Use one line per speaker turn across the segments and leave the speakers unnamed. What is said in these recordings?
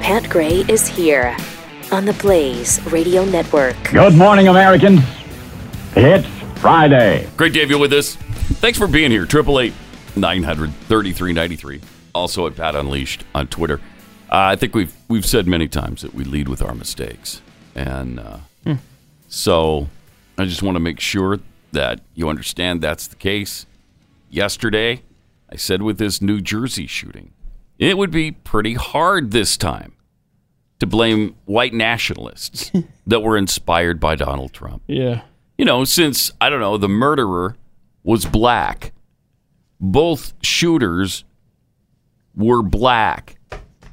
Pat Gray is here on the Blaze Radio Network.
Good morning, Americans. It's Friday.
Great to have you with us. Thanks for being here. 888-900-3393. Also at Pat Unleashed on Twitter. Uh, I think we've we've said many times that we lead with our mistakes, and uh, so I just want to make sure that you understand that's the case. Yesterday, I said with this New Jersey shooting, it would be pretty hard this time to blame white nationalists that were inspired by Donald Trump
Yeah.
you know, since I don't know, the murderer was black. Both shooters were black.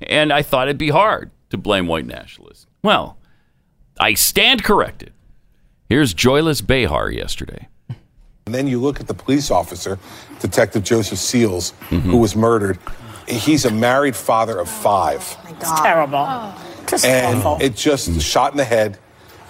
And I thought it'd be hard to blame white nationalists. Well, I stand corrected. Here's Joyless Behar yesterday.
And then you look at the police officer, Detective Joseph Seals, who was murdered. He's a married father of five,
It's terrible.
Oh.
Just
and
awful.
it just shot in the head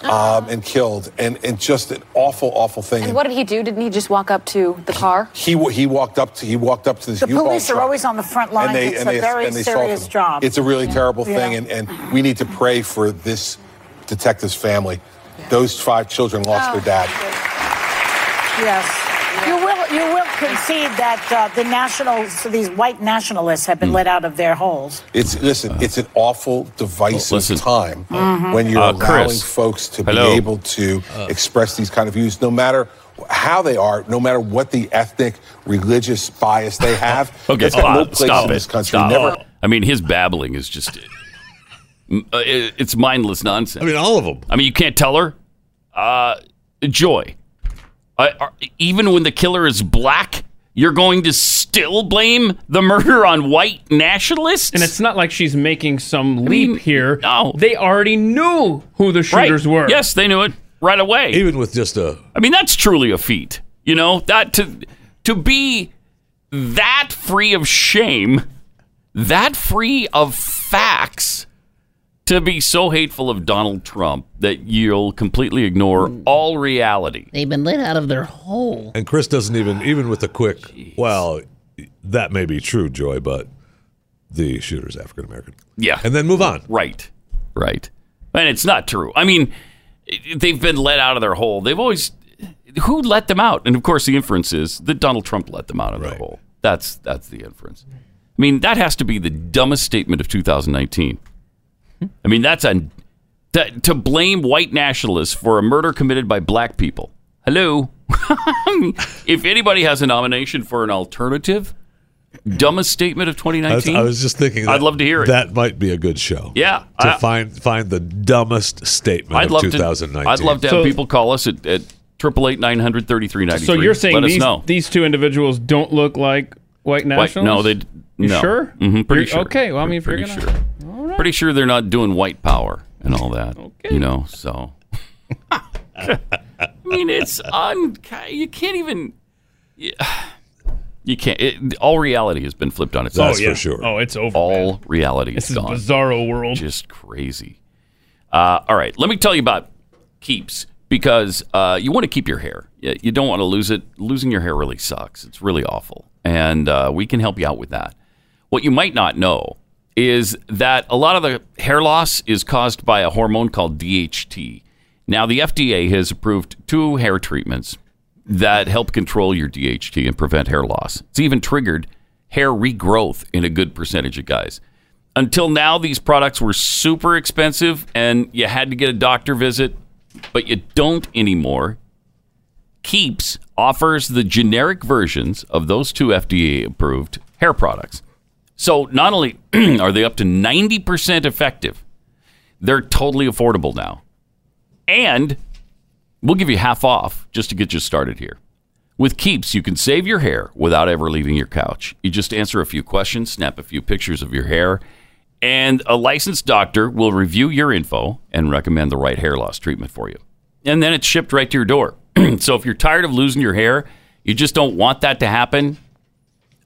um, and killed, and and just an awful, awful thing.
And what did he do? Didn't he just walk up to the car?
he wa- he walked up to he walked up to this.
the
U-Haul
police are
truck,
always on the front lines. it's a very
assaulted
serious
him.
job.
It's a really terrible
Yeah.
thing, and and we need to pray for this detective's family. Those five children lost their
Ah.
dad.
yes. You will, you will concede that uh, the nationals, these white nationalists, have been
Hmm.
let out of their holes.
It's listen. it's an awful
Uh,
divisive
Well, listen.
time when you're
Uh,
allowing
Chris.
folks to
Hello. Uh.
be able to express these kind of views, no matter how they are, no matter what the ethnic, religious bias they have.
Okay,
That's got
stop,
no place
stop
in
it.
this country.
Stop.
Never.
I mean, his babbling is just m- uh, it- it's mindless nonsense.
I mean, all of them.
I mean, you can't tell her. Uh, joy. I, are, even when the killer is black, you're going to still blame the murder on white nationalists?
And it's not like she's making some leap
mean,
here.
no.
They already knew who the
right.
shooters were.
Yes, they knew it right away.
Even with just a
I mean, that's truly a feat. You know, that to to be that free of shame, that free of facts, to be so hateful of Donald Trump that you'll completely ignore all reality.
They've been let out of their hole.
and Chris doesn't even even with a quick. Well, that may be true, Joy, but the shooter's African American.
Yeah.
and then move on.
Right. Right. And it's not true. I mean, it- they've been let out of their hole. They've always who let them out? And of course, the inference is that Donald Trump let them out of their
Right.
hole. That's that's the inference. I mean, that has to be the dumbest statement of 2019. I mean, that's a to, to blame white nationalists for a murder committed by black people. Hello. if anybody has a nomination for an alternative, dumbest statement of
I was,
2019.
I was just thinking.
I'd love to hear it.
That might be a good show.
Yeah,
to
I-
find find the dumbest statement
I'd
of
love
2019.
To, I'd love to have
So-
people call us at at triple eight nine hundred thirty three ninety three.
So you're saying
let
these,
us know?
these two individuals don't look like white
White-
nationalists?
no, they. d-
You
no.
sure?
hmm pretty
You're-
sure.
Okay, well, I mean, if you're
pretty
gonna,
sure. Pretty sure they're not doing white power and all that.
Okay.
You know, so. I mean, it's un. You can't even. You can't. It, all reality has been flipped on its head.
That's for sure.
Oh, it's over. man.
All reality
This
is
is
gone
bizarro world.
just crazy. Uh, all right, let me tell you about keeps because uh, you want to keep your hair. You you don't want to lose it. Losing your hair really sucks. It's really awful, and uh, we can help you out with that. What you might not know is that a lot of the hair loss is caused by a hormone called DHT. Now, the FDA has approved two hair treatments that help control your DHT and prevent hair loss. It's even triggered hair regrowth in a good percentage of guys. Until now, these products were super expensive and you had to get a doctor visit, but you don't anymore. Keeps offers the generic versions of those two FDA approved hair products. So not only are they up to 90% effective, they're totally affordable now. And we'll give you half off just to get you started here. With Keeps, you can save your hair without ever leaving your couch. You just answer a few questions, snap a few pictures of your hair, and a licensed doctor will review your info and recommend the right hair loss treatment for you. And then it's shipped right to your door. so if you're tired of losing your hair, you just don't want that to happen,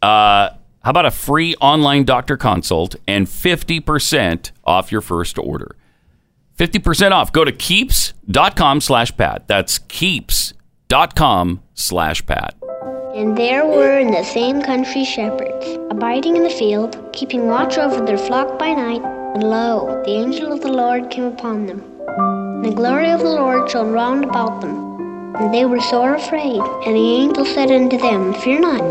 uh, how about a free online doctor consult and 50% off your first order? 50% off. Go to keeps.com slash Pat. That's keeps.com slash Pat.
And there were in the same country shepherds, abiding in the field, keeping watch over their flock by night. And lo, the angel of the Lord came upon them. And the glory of the Lord shone round about them. And they were sore afraid. And the angel said unto them, Fear not.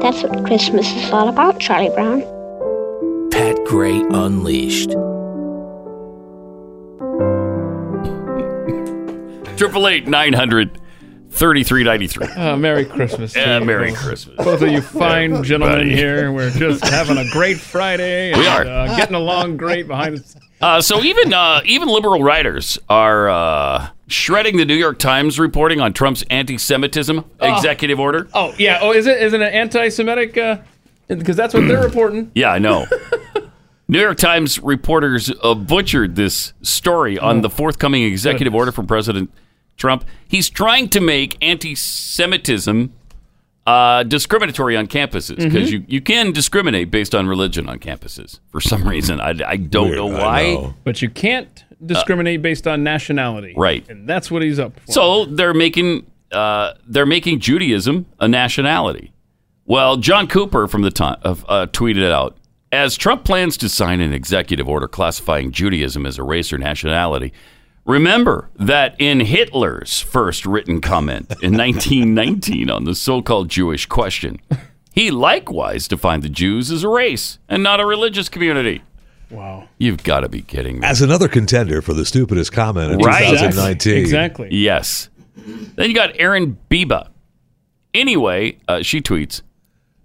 That's what Christmas is all about, Charlie Brown.
Pat Gray Unleashed.
Triple eight nine hundred thirty three ninety three.
Uh, Merry Christmas. to
Yeah,
you
Merry
both.
Christmas.
Both of you fine
Yeah,
gentlemen
buddy.
here. We're just having a great Friday. And,
We are.
Uh, getting along great behind us.
Uh, so even uh, even liberal writers are uh, shredding the New York Times reporting on Trump's anti-Semitism executive order.
Oh, yeah. Oh, is it, is it an anti Semitic? Because that's what they're reporting.
Yeah, I know. New York Times reporters uh, butchered this story on the forthcoming executive order from President Trump. He's trying to make anti-Semitism uh, discriminatory on campuses because
Mhm.
you, you can discriminate based on religion on campuses for some reason. I, I don't know why.
But you can't discriminate based on nationality.
Right.
And that's what he's up for.
So they're making uh, they're making Judaism a nationality. Well, John Cooper from the time of uh, tweeted it out as Trump plans to sign an executive order classifying Judaism as a race or nationality. Remember that in Hitler's first written comment in 1919 on the so-called Jewish question, he likewise defined the Jews as a race and not a religious community.
Wow.
You've got to be kidding me.
As another contender for the stupidest comment in
Right.
2019.
Yes. Then you got Aaron Biba. Anyway, uh, she tweets.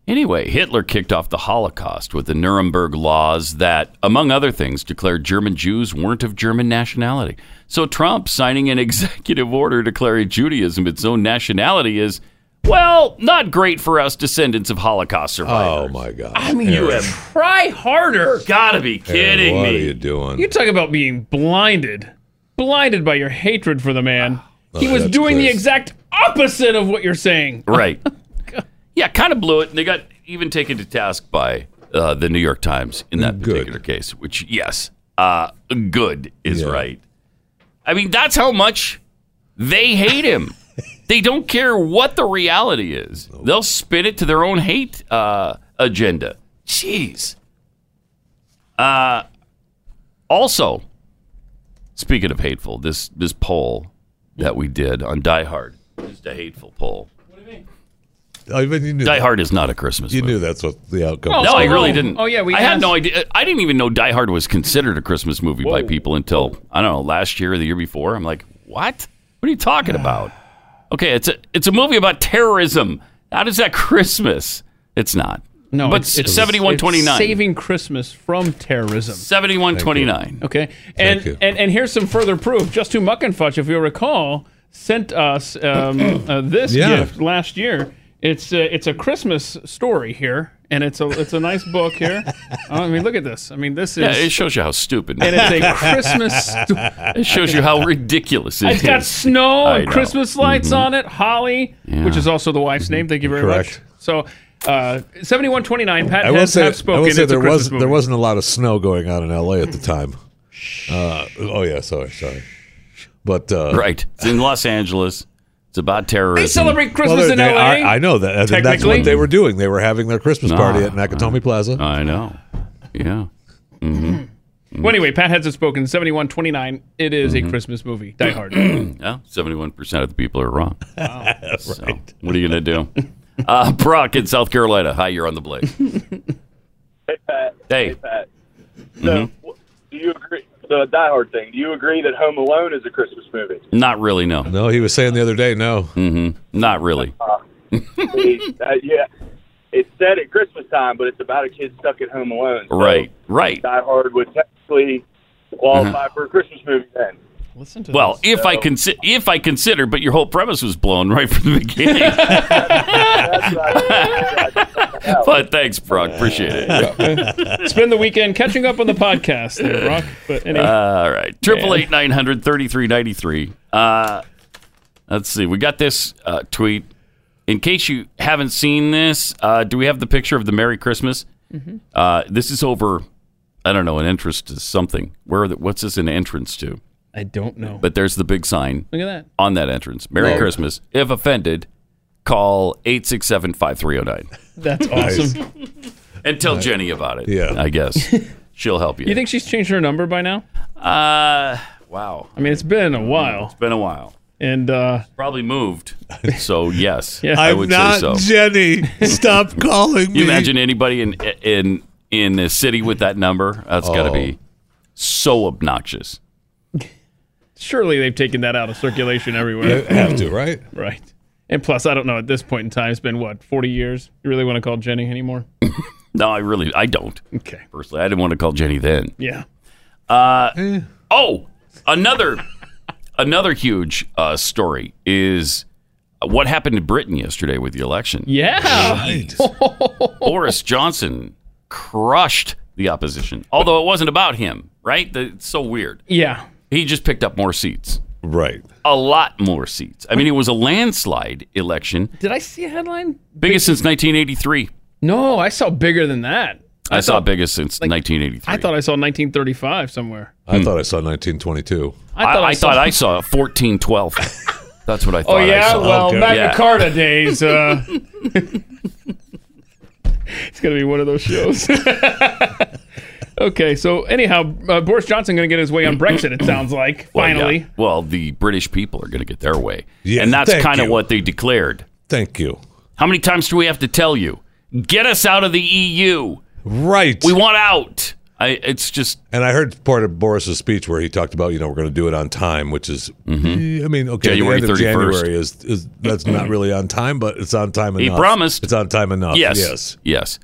Anyway, Hitler kicked off the Holocaust with the Nuremberg laws that, among other things, declared German Jews weren't of German nationality. So Trump signing an executive order declaring Judaism its own nationality is, well, not great for us descendants of Holocaust survivors. Oh my
God!
I mean, you
Aaron.
have
Try harder.
gotta be kidding
what
me.
are you doing?
You talk about being blinded, blinded by your hatred for the man. he
Oh,
was
that's
doing the
close.
exact opposite of what you're saying.
Right. yeah, kind of blew it. And they got even taken to task by uh, the New York Times in that particular case, which, yes, uh, good is right. I mean, that's how much they hate him. they don't care what the reality is, they'll spin it to their own hate uh, agenda. Jeez. Uh, also, speaking of hateful, this, this poll that we did on Die Hard, just a hateful poll.
I mean, Oh, you knew
Die Hard is not a Christmas
You knew that's what the outcome
no,
was.
I really didn't.
Oh, yeah, we
I had
asked-
no idea. I didn't even know Die Hard was considered a Christmas movie by people until I don't know last year or the year before. I'm like, what? What are you talking about? Okay, it's a it's a movie about terrorism. How does that Christmas? It's not.
No,
but
it's- it's-
seventy one
it's
twenty nine.
Saving Christmas from terrorism.
Seventy one twenty nine.
Okay, and and and here's some further proof. Just to Muckenfudge, if you recall, sent us um, uh, this
Yeah.
gift last year. It's uh, it's a Christmas story here, and it's a it's a nice book here. I mean, look at this. I mean, this is
Yeah, it shows you how stupid.
and it's a Christmas. Sto-
it shows you how ridiculous it
it's got
is.
snow
I
and
know. Mm-hmm.
Christmas lights on it. Holly,
Yeah.
which is also the wife's name. Thank you very
Correct.
much. So, uh, seventy-one twenty-nine. Pat
I will
has
say,
have spoken.
I will say
It's a
there
Christmas
was
movie.
there wasn't a lot of snow going on in L.A. at the time. Uh, oh yeah, sorry, sorry. But uh,
right. It's in Los Angeles. It's about terrorism.
They celebrate Christmas
Well,
in
they-
L.A.
I, I know that. and That's
Technically.
what they were doing. They were having their Christmas
No,
party at Nakatomi Plaza.
I know. Yeah. hmm
Well, anyway, Pat has it spoken. Seventy-one twenty-nine. It is
Mm-hmm.
a Christmas movie. Die Hard.
Yeah, seventy-one percent of the people are wrong. So, what are you gonna do? Uh, Brock in South Carolina. Hi, you're on the blade.
Hey Pat.
Hey.
Pat.
Mhm.
Do you agree? The Die Hard thing. Do you agree that Home Alone is a Christmas movie?
Not really. No.
No, he was saying the other day. No.
Mm-hmm. Not really.
uh, yeah. It's set at Christmas time, but it's about a kid stuck at home alone.
Right. Right.
Die Hard would technically qualify for a Christmas movie then.
Listen to
Well,
this.
if I consider, if I consider, but your whole premise was blown right from the beginning. but thanks, Brock. Appreciate it.
Spend the weekend catching up on the podcast, there, Brock. But anyway.
Uh, All right, triple
Man.
eight nine hundred thirty three ninety three. Let's see. We got this uh, tweet. In case you haven't seen this, uh, do we have the picture of the Merry Christmas?
Mhm.
Uh, this is over. I don't know an entrance to something. Where? The, what's this an entrance to?
I don't know.
But there's the big sign.
Look at that.
On that entrance. Merry
Love.
Christmas. If offended, call 867 5309.
That's awesome.
And tell Jenny about it. Yeah. I guess. She'll help you.
You think she's changed her number by now?
Uh, wow.
I mean, it's been a while. It's
been a while.
And uh,
Probably moved. So, yes.
Yeah.
I
I'm
would
not
say so.
Jenny, stop calling
you imagine anybody in in in a city with that number? That's got to
Oh.
be so obnoxious.
surely they've taken that out of circulation everywhere.
They have to, right?
Right. And plus, I don't know. At this point in time, it's been what forty years. You really want to call Jenny anymore?
No, I really I don't.
Okay.
Personally, I didn't want to call Jenny then.
Yeah. Eh.
Uh, oh, another another huge uh, story is what happened in Britain yesterday with the election.
Yeah.
Boris Johnson crushed the opposition, although it wasn't about him, right? The, it's so weird.
Yeah.
He just picked up more seats.
Right.
A lot more seats. I mean, it was a landslide election,
Did I see a headline?
biggest since 1983.
No, I saw bigger than that.
I, saw biggest since 1983.
I thought I saw 1935 somewhere.
I thought I saw 1922.
I thought I saw-
thought I saw 1412. That's what I thought.
oh
I
yeah,
saw.
well, Magna
Yeah.
Carta days. Uh, it's gonna be one of those shows. okay, so anyhow, uh, Boris Johnson gonna get his way on Brexit. It sounds like
Well, yeah.
finally.
Well, the British people are going to get their way.
Yeah,
and that's
thank
kind of
you.
what they declared.
Thank you.
How many times do we have to tell you? Get us out of the EU.
Right.
We want out. I, it's just.
And I heard part of Boris's speech where he talked about, you know, we're going to do it on time, which is, Eh, I mean, okay,
Mm-hmm. January
the end of
31st.
January is, is that's not really on time, but it's on time
He
enough.
promised.
It's on time enough.
Yes.
Uh, Yes.
Yes.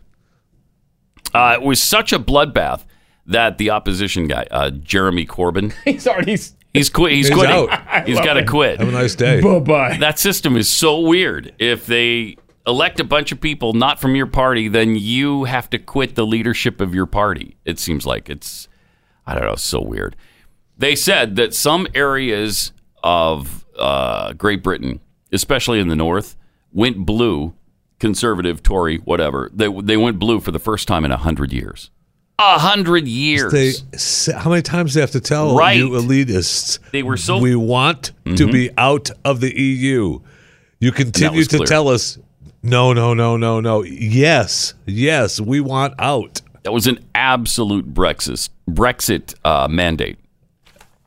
Uh, it was such a bloodbath that the opposition guy, uh, Jeremy Corbyn,
He's already.
he's quit. He's,
He's
quitting.
out.
He's
I love
got to
it.
quit.
Have a nice day.
Bye-bye.
That system is so weird. If they elect a bunch of people not from your party, then you have to quit the leadership of your party. It seems like it's, I don't know, it's so weird. They said that some areas of uh, Great Britain, especially in the north, went blue, conservative, Tory, whatever. They, they went blue for the first time in 100 years. A hundred years.
They, say- how many times do they have to tell
Right.
you elitists?
They were so-
We want to
Mhm.
be out of the EU. You continue
was
to
clear.
tell us, no, no, no, no, no. Yes, yes, we want out.
That was an absolute Brexit Brexit uh, mandate.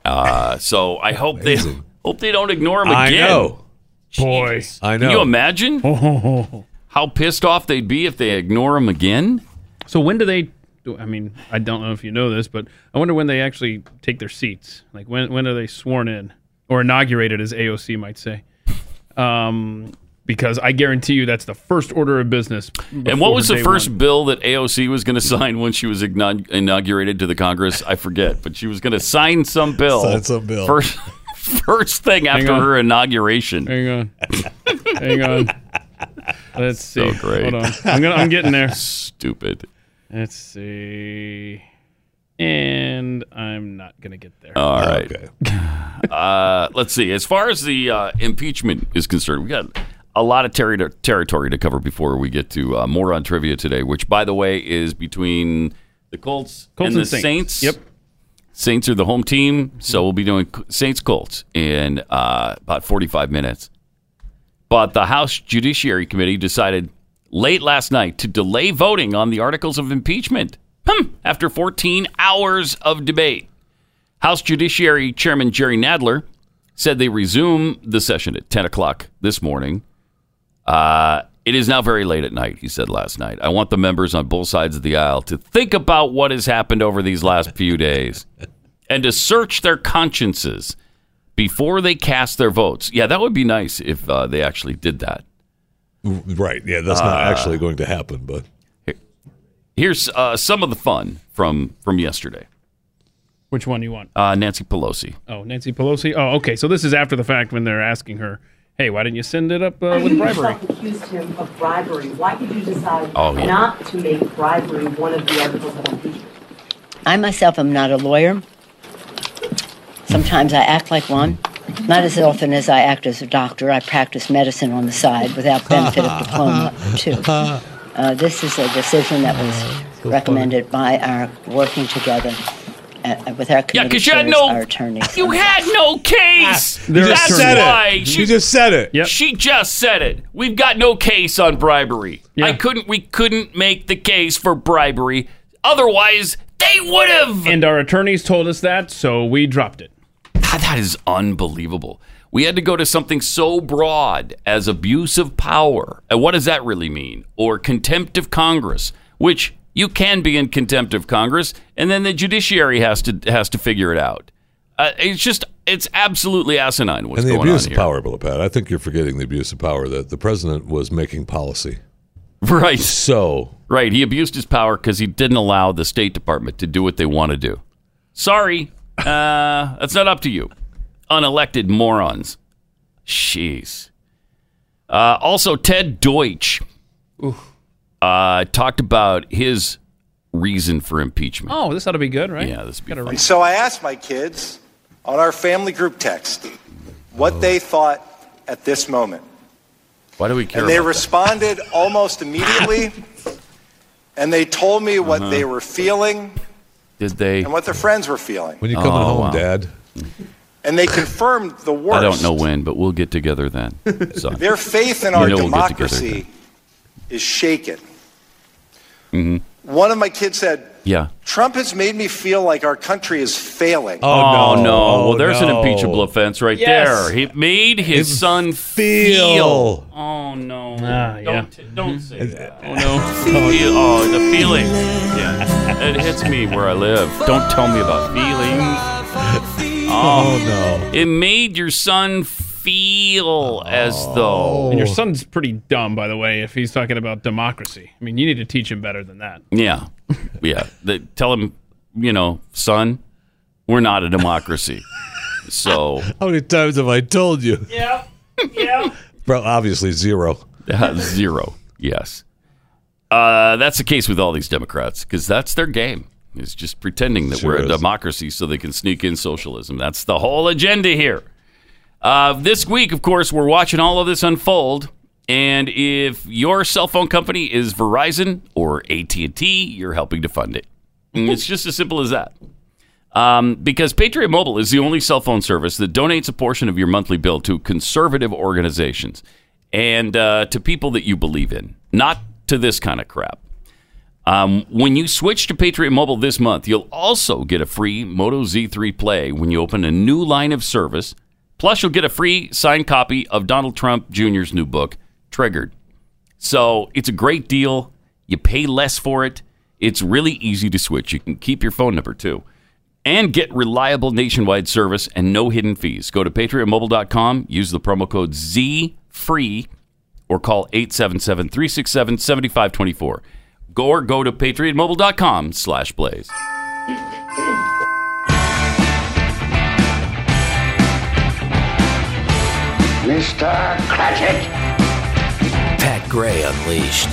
Uh, so I hope they hope they don't ignore him
I
again.
know.
Boy,
I
Can you
know.
imagine how pissed off they'd be if they ignore him again?
So when do they? do- I mean, I don't know if you know this, but I wonder when they actually take their seats. Like when when are they sworn in or inaugurated, as AOC might say. Um, because I guarantee you that's the first order of business.
And what was
before day
the first
one.
bill that AOC was going to sign when she was igno- inaugurated to the Congress? I forget, but she was going to sign some bill.
Sign some bill.
First, first thing
Hang
after
on.
her inauguration.
Hang on. Hang on. Let's see.
So great.
Hold on. I'm gonna, I'm getting there.
Stupid.
Let's see. And I'm not gonna get there.
All right. uh, let's see. As far as the uh, impeachment is concerned, we got a lot of terri territory to cover before we get to uh, more on trivia today, which, by the way, is between the Colts,
Colts
and the
and Saints.
Saints. Yep. Saints are the home team, so we'll be doing Saints Colts in uh, about 45 minutes. But the House Judiciary Committee decided late last night to delay voting on the articles of impeachment hmm, after 14 hours of debate. House Judiciary Chairman Jerry Nadler said they resume the session at 10 o'clock this morning. Uh, it is now very late at night, he said last night. I want the members on both sides of the aisle to think about what has happened over these last few days and to search their consciences before they cast their votes. Yeah, that would be nice if uh, they actually did that.
Right. Yeah, that's not
Uh,
actually going to happen, but
Here's uh, some of the fun from from yesterday.
Which one you want?
Uh, Nancy Pelosi.
Oh, Nancy Pelosi. Oh, okay. So this is after the fact when they're asking her, "Hey, why didn't you send it up uh, with bribery?"
accused him of bribery. Why did you decide
Oh, yeah.
not to make bribery one of the articles of impeachment?
I myself am not a lawyer. Sometimes I act like one. Not as often as I act as a doctor. I practice medicine on the side without benefit of diploma, too. Uh, this is a decision that was recommended by our working together uh, with our committee
Yeah, because you had
chairs,
no,
our attorneys.
you had no case.
Ah, there
That's
it is.
why
You
she
just said it.
She just said it. We've got no case on bribery. I couldn't. We couldn't make the case for bribery. Otherwise, they would have.
And our attorneys told us that, so we dropped it.
God, that is unbelievable. We had to go to something so broad as abuse of power. And what does that really mean? Or contempt of Congress, which you can be in contempt of Congress, and then the judiciary has to has to figure it out. Uh, it's just it's absolutely asinine what's
and the
going
abuse of
on here.
power, Bill Pat. I think you're forgetting the abuse of power that the president was making policy.
Right.
So.
Right. He abused his power because he didn't allow the State Department to do what they want to do. Sorry, uh, that's not up to you, unelected morons. Jeez. Uh, also, Ted Deutsch uh, talked about his reason for impeachment.
Oh, this ought to be good, right?
Yeah, this would be
Gotta
fun.
And so I asked my kids on our family group text what they thought at this moment.
Oh. Why do we care?
and they
about that?
responded almost immediately. and they told me what
Uh-huh.
they were feeling
Did they?
and what their friends were feeling. Uh-huh.
When you coming home, Dad?
And they confirmed the worst.
Oh, I don't know when, but we'll get together then. So.
Their faith in
You
our
know we'll get together
democracy is shaken.
then. Mhm.
One of my kids said,
Yeah.
Trump has made me feel like our country is failing.
Oh, no.
Oh,
well, there's
no.
an impeachable offense right
Yes.
there. He made his son
feel.
feel. Oh no!
Ah, yeah.
Don't, don't say that. Oh no! Feel. Oh, the feeling. Yeah, it hits me where I live. Don't tell me about feeling.
Oh, no!
It made your son feel as
Oh.
though.
And your son's pretty dumb, by the way, if he's talking about democracy. I mean, you need to teach him better than that.
Yeah, yeah. They tell him, you know, son, we're not a democracy. so
How many times have Oh, I told you?
Yeah. Yeah.
Bro, obviously zero.
zero. Yes. Uh, that's the case with all these Democrats because that's their game is just pretending that
Sure
we're a
is.
democracy so they can sneak in socialism. That's the whole agenda here. Uh, this week, of course, we're watching all of this unfold. And if your cell phone company is Verizon or AT and T, you're helping to fund it. And it's just as simple as that. Um, because Patriot Mobile is the only cell phone service that donates a portion of your monthly bill to conservative organizations and uh, to people that you believe in, not to this kind of crap. Um, when you switch to Patriot Mobile this month, you'll also get a free Moto Z3 Play when you open a new line of service. Plus, you'll get a free signed copy of Donald Trump Jr.'s new book, Triggered. So it's a great deal. You pay less for it. It's really easy to switch. You can keep your phone number too. And get reliable nationwide service and no hidden fees. Go to patriotmobile.com, use the promo code ZFREE, or call 877 367 7524. Go or go to patriotmobile.com slash blaze.
Mr. Cratchit! Pat Gray Unleashed.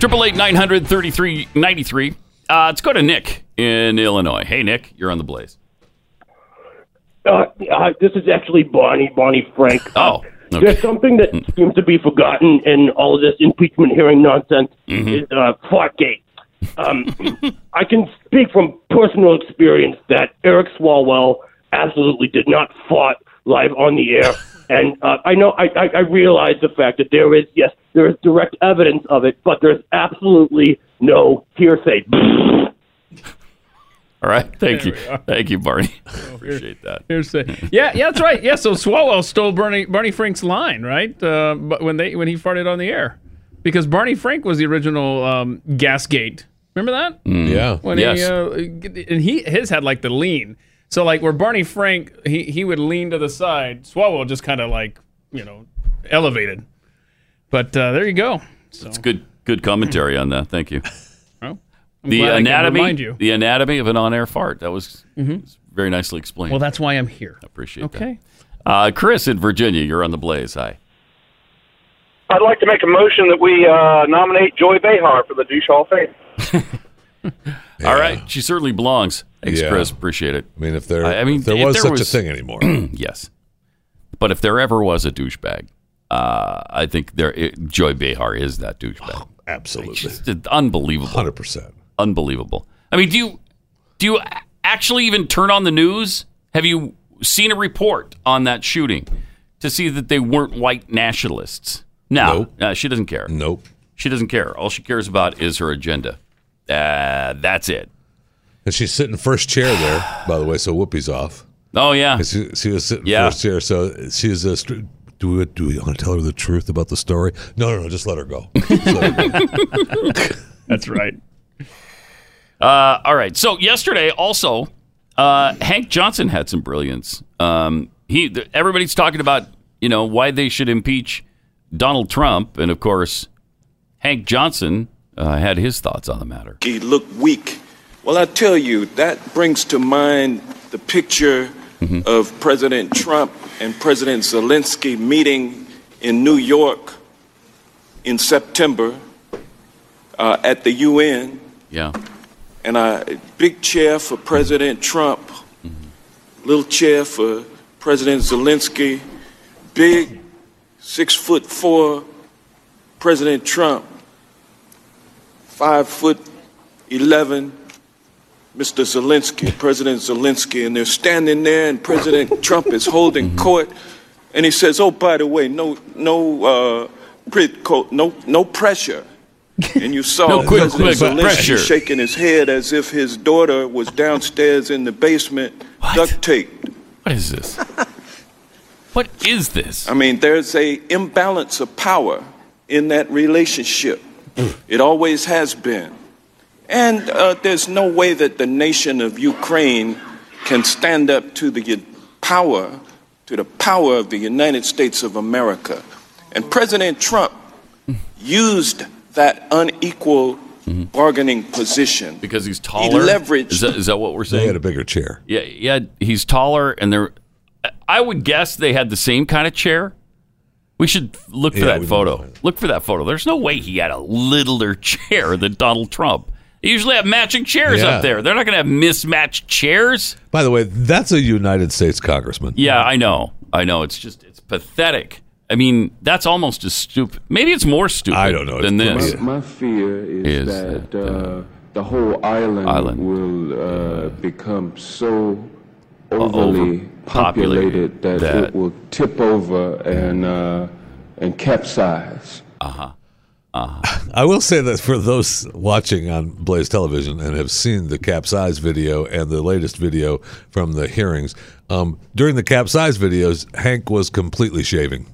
Triple eight nine hundred thirty three ninety three. Uh, let's go to Nick in Illinois. Hey Nick, you're on the blaze.
Uh, uh, this is actually Bonnie, Bonnie Frank. Uh,
Oh, Mm.
There's something that seems to be forgotten in all of this impeachment hearing nonsense
Mm-hmm.
is uh, Fartgate. Um, I can speak from personal experience that Eric Swalwell absolutely did not fart live on the air. And uh, I know I, I, I realize the fact that there is yes there is direct evidence of it, but there's absolutely no hearsay.
All right, thank
There
you,
we are.
thank you, Barney. Appreciate that.
Here's the, yeah, yeah, that's right. Yeah, so Swalwell stole Barney, Barney Frank's line, right? Uh, but when they when he farted on the air, because Barney Frank was the original um, Gasgate. Remember that?
Mm.
Yeah.
When he, uh, and he his had like the lean. So like where Barney Frank he he would lean to the side. Swalwell just kind of like you know elevated. But uh, there you go.
It's good good commentary on that. Thank you.
Oh. I'm
the
glad I could
anatomy,
remind you.
the anatomy of an on-air fart. That was
Mhm.
was very nicely explained.
Well, that's why I'm here.
I appreciate
Okay.
that. Uh, Chris in Virginia, you're on the blaze. Hi.
I'd like to make a motion that we uh, nominate Joy Behar for the Douche Hall of Fame.
All right, she certainly belongs. Thanks,
Yeah.
Chris. Appreciate it.
I mean, if there,
I I mean,
if there
if
was
there
such a
was-
thing anymore,
yes. But if there ever was a douchebag, uh, I think there it, Joy Behar is that douchebag.
Oh, absolutely,
just unbelievable. Hundred
percent,
unbelievable. I mean, do you do you a- actually even turn on the news? Have you seen a report on that shooting to see that they weren't white nationalists? No, Uh, she doesn't care.
Nope,
she doesn't care. All she cares about is her agenda. Uh, that's it.
and she's sitting first chair there, by the way. So Whoopi's off.
Oh yeah,
'Cause she, she was sitting
Yeah.
first chair. So she was. A str- do we do we want to tell her the truth about the story? No, no, no. Just let her go.
That's right.
Uh, all right. So yesterday, also, uh, Hank Johnson had some brilliance. Um, he th- everybody's talking about you know why they should impeach Donald Trump, and of course, Hank Johnson uh, had his thoughts on the matter.
He looked weak. Well, I tell you, that brings to mind the picture of President Trump and President Zelensky meeting in New York in September uh, at the UN.
Yeah.
And I big chair for President Trump, little chair for President Zelensky, big six foot four President Trump, five foot 11, Mr. Zelensky, President Zelensky, and they're standing there, and President Trump is
Mm-hmm.
holding court, and he says, "Oh, by the way, no, no, uh, quid co- no, no pressure." And you saw
No quid
President
pro
Zelensky
pressure.
shaking his head as if his daughter was downstairs in the basement, duct taped.
What is this? what is this?
I mean, there's a imbalance of power in that relationship. it always has been. And uh, there's no way that the nation of Ukraine can stand up to the u- power, to the power of the United States of America. And President Trump used that unequal bargaining position
Mm-hmm. because he's Taller?
He leveraged
Is that, is that what we're
They
saying?
had a bigger chair.
Yeah, yeah, he's taller, and they're. I would guess they had the same kind of chair. We should look for
Yeah, we
that
need
photo. Look for that photo. There's no way he had a littler chair than Donald Trump. They usually have matching chairs
Yeah.
up there. They're not going to have mismatched chairs.
By the way, that's a United States congressman.
Yeah, I know. I know. It's just it's pathetic. I mean, that's almost as stupid. Maybe it's more stupid. I don't know than this.
My, my fear is, that, uh, the whole island, will uh, become so overly populated that,
that-
it will tip over and uh, and capsize.
Uh huh.
I will say that for those watching on Blaze Television and have seen the capsize video and the latest video from the hearings, um, during the capsize videos, Hank was completely shaving.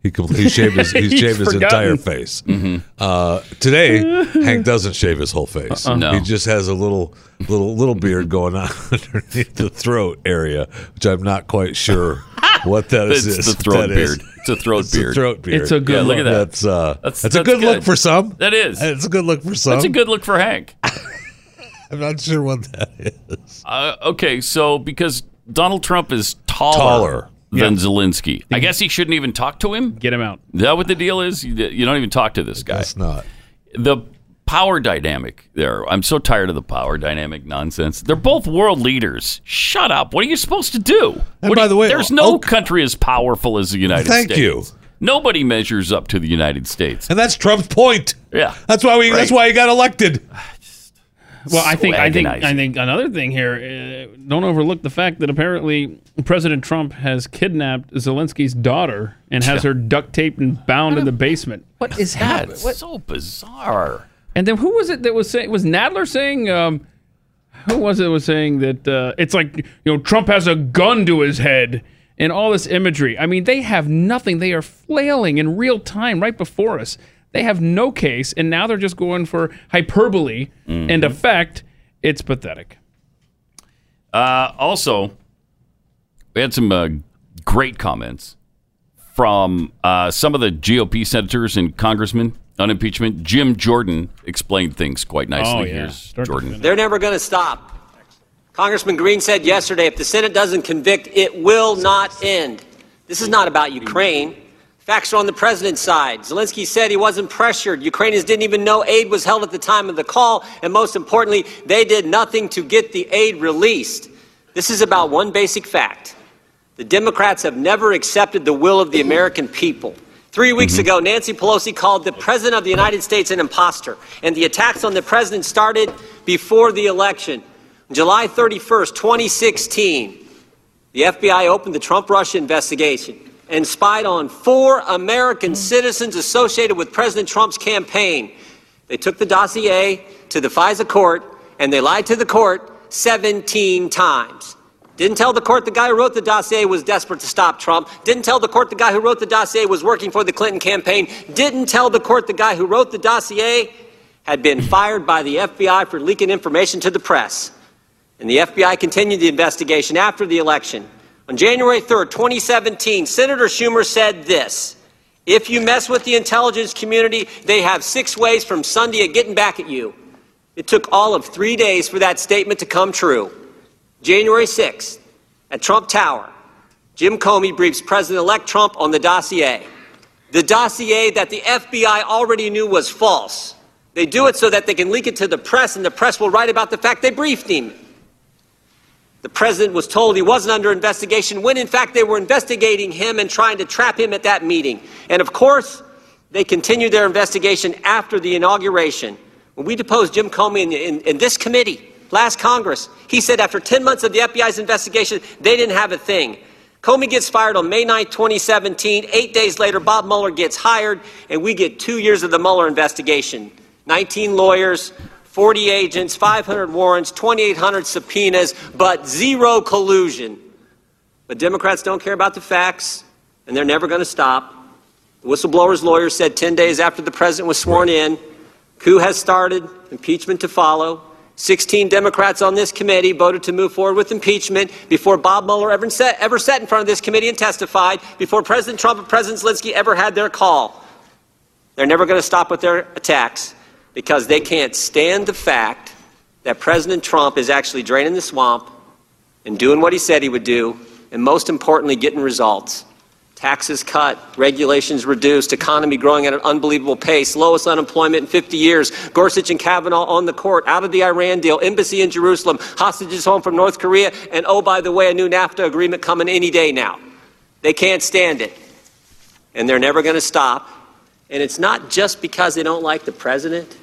He completely shaved his, he
He's
shaved his entire
forgotten.
face.
Mm-hmm.
Uh, today, Hank doesn't shave his whole face.
Uh-uh. No.
He just has a little little little beard going on underneath the throat area, which I'm not quite sure what that is.
It's the throat
That is-
beard. It's a throat
It's a
beard.
throat beard.
It's a good Yeah, look at look. that.
That's uh,
That's-
that's,
that's
a good,
good.
look for some.
That is.
It's a good look for some.
That's a good look for Hank.
I'm not sure what that is.
Uh, okay, so because Donald Trump is taller,
Taller.
than
Yeah.
Zelensky, I guess he shouldn't even talk to him.
Get him out.
Is that what the deal is? You you don't even talk to this guy. That's
not
the power dynamic. There, I'm so tired of the power dynamic nonsense. They're both world leaders. Shut up. What are you supposed to do?
And by
What do you-
the way, oh,
there's no country as powerful as the United
Thank
States.
you.
Nobody measures up to the United States.
And that's Trump's point.
Yeah.
That's why we. That's
Right.
why he got elected.
Well, I think I think I
agonizing.
think another thing here. Uh, don't overlook the fact that apparently President Trump has kidnapped Zelensky's daughter and has
Yeah.
her duct taped and bound in the basement.
What is that? so bizarre.
And then who was it that was saying? Was Nadler saying? Um, who was it that was saying that uh, it's like you know Trump has a gun to his head and all this imagery. I mean, they have nothing. They are flailing in real time right before us. They have no case, and now they're just going for hyperbole and effect. It's pathetic.
Uh, also, we had some uh, great comments from uh, some of the GOP senators and congressmen on impeachment. Jim Jordan explained things quite nicely.
Oh, yeah.
Here's Jordan.
They're never going to stop. Congressman Green said yesterday if the Senate doesn't convict, it will not end. This is not about Ukraine. Facts are on the president's side. Zelensky said he wasn't pressured. Ukrainians didn't even know aid was held at the time of the call. And most importantly, they did nothing to get the aid released. This is about one basic fact the Democrats have never accepted the will of the American people. Three weeks ago, Nancy Pelosi called the President of the United States an imposter, and the attacks on the President started before the election. July 31st, 2016, the FBI opened the Trump Russia investigation and spied on four American citizens associated with President Trump's campaign. They took the dossier to the FISA court and they lied to the court 17 times. Didn't tell the court the guy who wrote the dossier was desperate to stop Trump. Didn't tell the court the guy who wrote the dossier was working for the Clinton campaign. Didn't tell the court the guy who wrote the dossier had been fired by the FBI for leaking information to the press. And the FBI continued the investigation after the election. On January 3rd, 2017, Senator Schumer said this If you mess with the intelligence community, they have six ways from Sunday of getting back at you. It took all of three days for that statement to come true. January 6th, at Trump Tower, Jim Comey briefs President elect Trump on the dossier. The dossier that the FBI already knew was false. They do it so that they can leak it to the press, and the press will write about the fact they briefed him. The president was told he wasn't under investigation when, in fact, they were investigating him and trying to trap him at that meeting. And of course, they continued their investigation after the inauguration. When we deposed Jim Comey in, in, in this committee last Congress, he said after 10 months of the FBI's investigation, they didn't have a thing. Comey gets fired on May 9, 2017. Eight days later, Bob Mueller gets hired, and we get two years of the Mueller investigation 19 lawyers, 40 agents, 500 warrants, 2,800 subpoenas, but zero collusion. But Democrats don't care about the facts, and they're never going to stop. The whistleblower's lawyer said 10 days after the president was sworn in coup has started, impeachment to follow. 16 Democrats on this committee voted to move forward with impeachment before Bob Mueller ever sat, ever sat in front of this committee and testified, before President Trump and President Zelensky ever had their call. They're never going to stop with their attacks because they can't stand the fact that President Trump is actually draining the swamp and doing what he said he would do, and most importantly, getting results. Taxes cut, regulations reduced, economy growing at an unbelievable pace, lowest unemployment in 50 years, Gorsuch and Kavanaugh on the court, out of the Iran deal, embassy in Jerusalem, hostages home from North Korea, and oh, by the way, a new NAFTA agreement coming any day now. They can't stand it, and they're never going to stop. And it's not just because they don't like the president,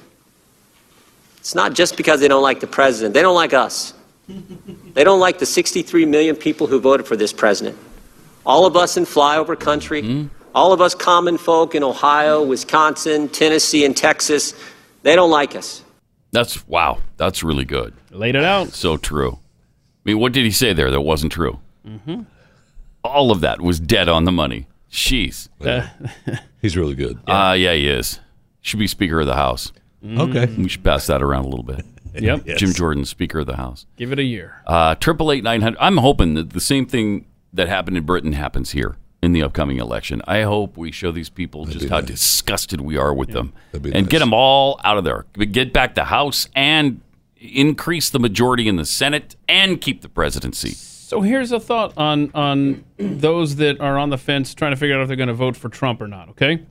it's not just because they don't like the president. They don't like us. They don't like the 63 million people who voted for this president. All of us in flyover country, all of us common folk in Ohio, Wisconsin, Tennessee, and Texas, they don't like us.
That's wow. That's really good.
Laid it out.
So true. I mean, what did he say there that wasn't true? All of that was dead on the money. Jeez.
Uh,
He's really good.
Ah, yeah, he is. Should be Speaker of the House.
Mm. Okay.
We should pass that around a little bit.
Yep.
Jim Jordan, Speaker of the House. Uh,
Give it a year.
Triple eight nine hundred. I'm hoping that the same thing that happened in Britain happens here in the upcoming election. I hope we show these people just how disgusted we are with them, and get them all out of there. Get back the House and increase the majority in the Senate and keep the presidency.
So here's a thought on on those that are on the fence trying to figure out if they're going to vote for Trump or not, okay?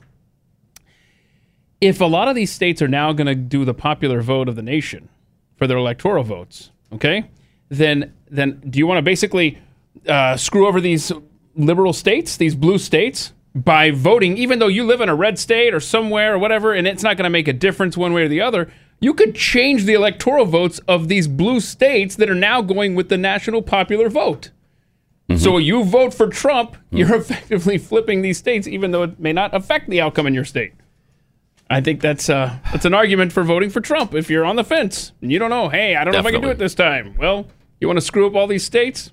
If a lot of these states are now going to do the popular vote of the nation for their electoral votes, okay? Then then do you want to basically uh, screw over these liberal states, these blue states by voting even though you live in a red state or somewhere or whatever and it's not going to make a difference one way or the other? You could change the electoral votes of these blue states that are now going with the national popular vote. So you vote for Trump, you're effectively flipping these states, even though it may not affect the outcome in your state. I think that's uh, that's an argument for voting for Trump if you're on the fence and you don't know. Hey, I don't know if I can do it
Definitely.
this time. Well, you want to screw up all these states?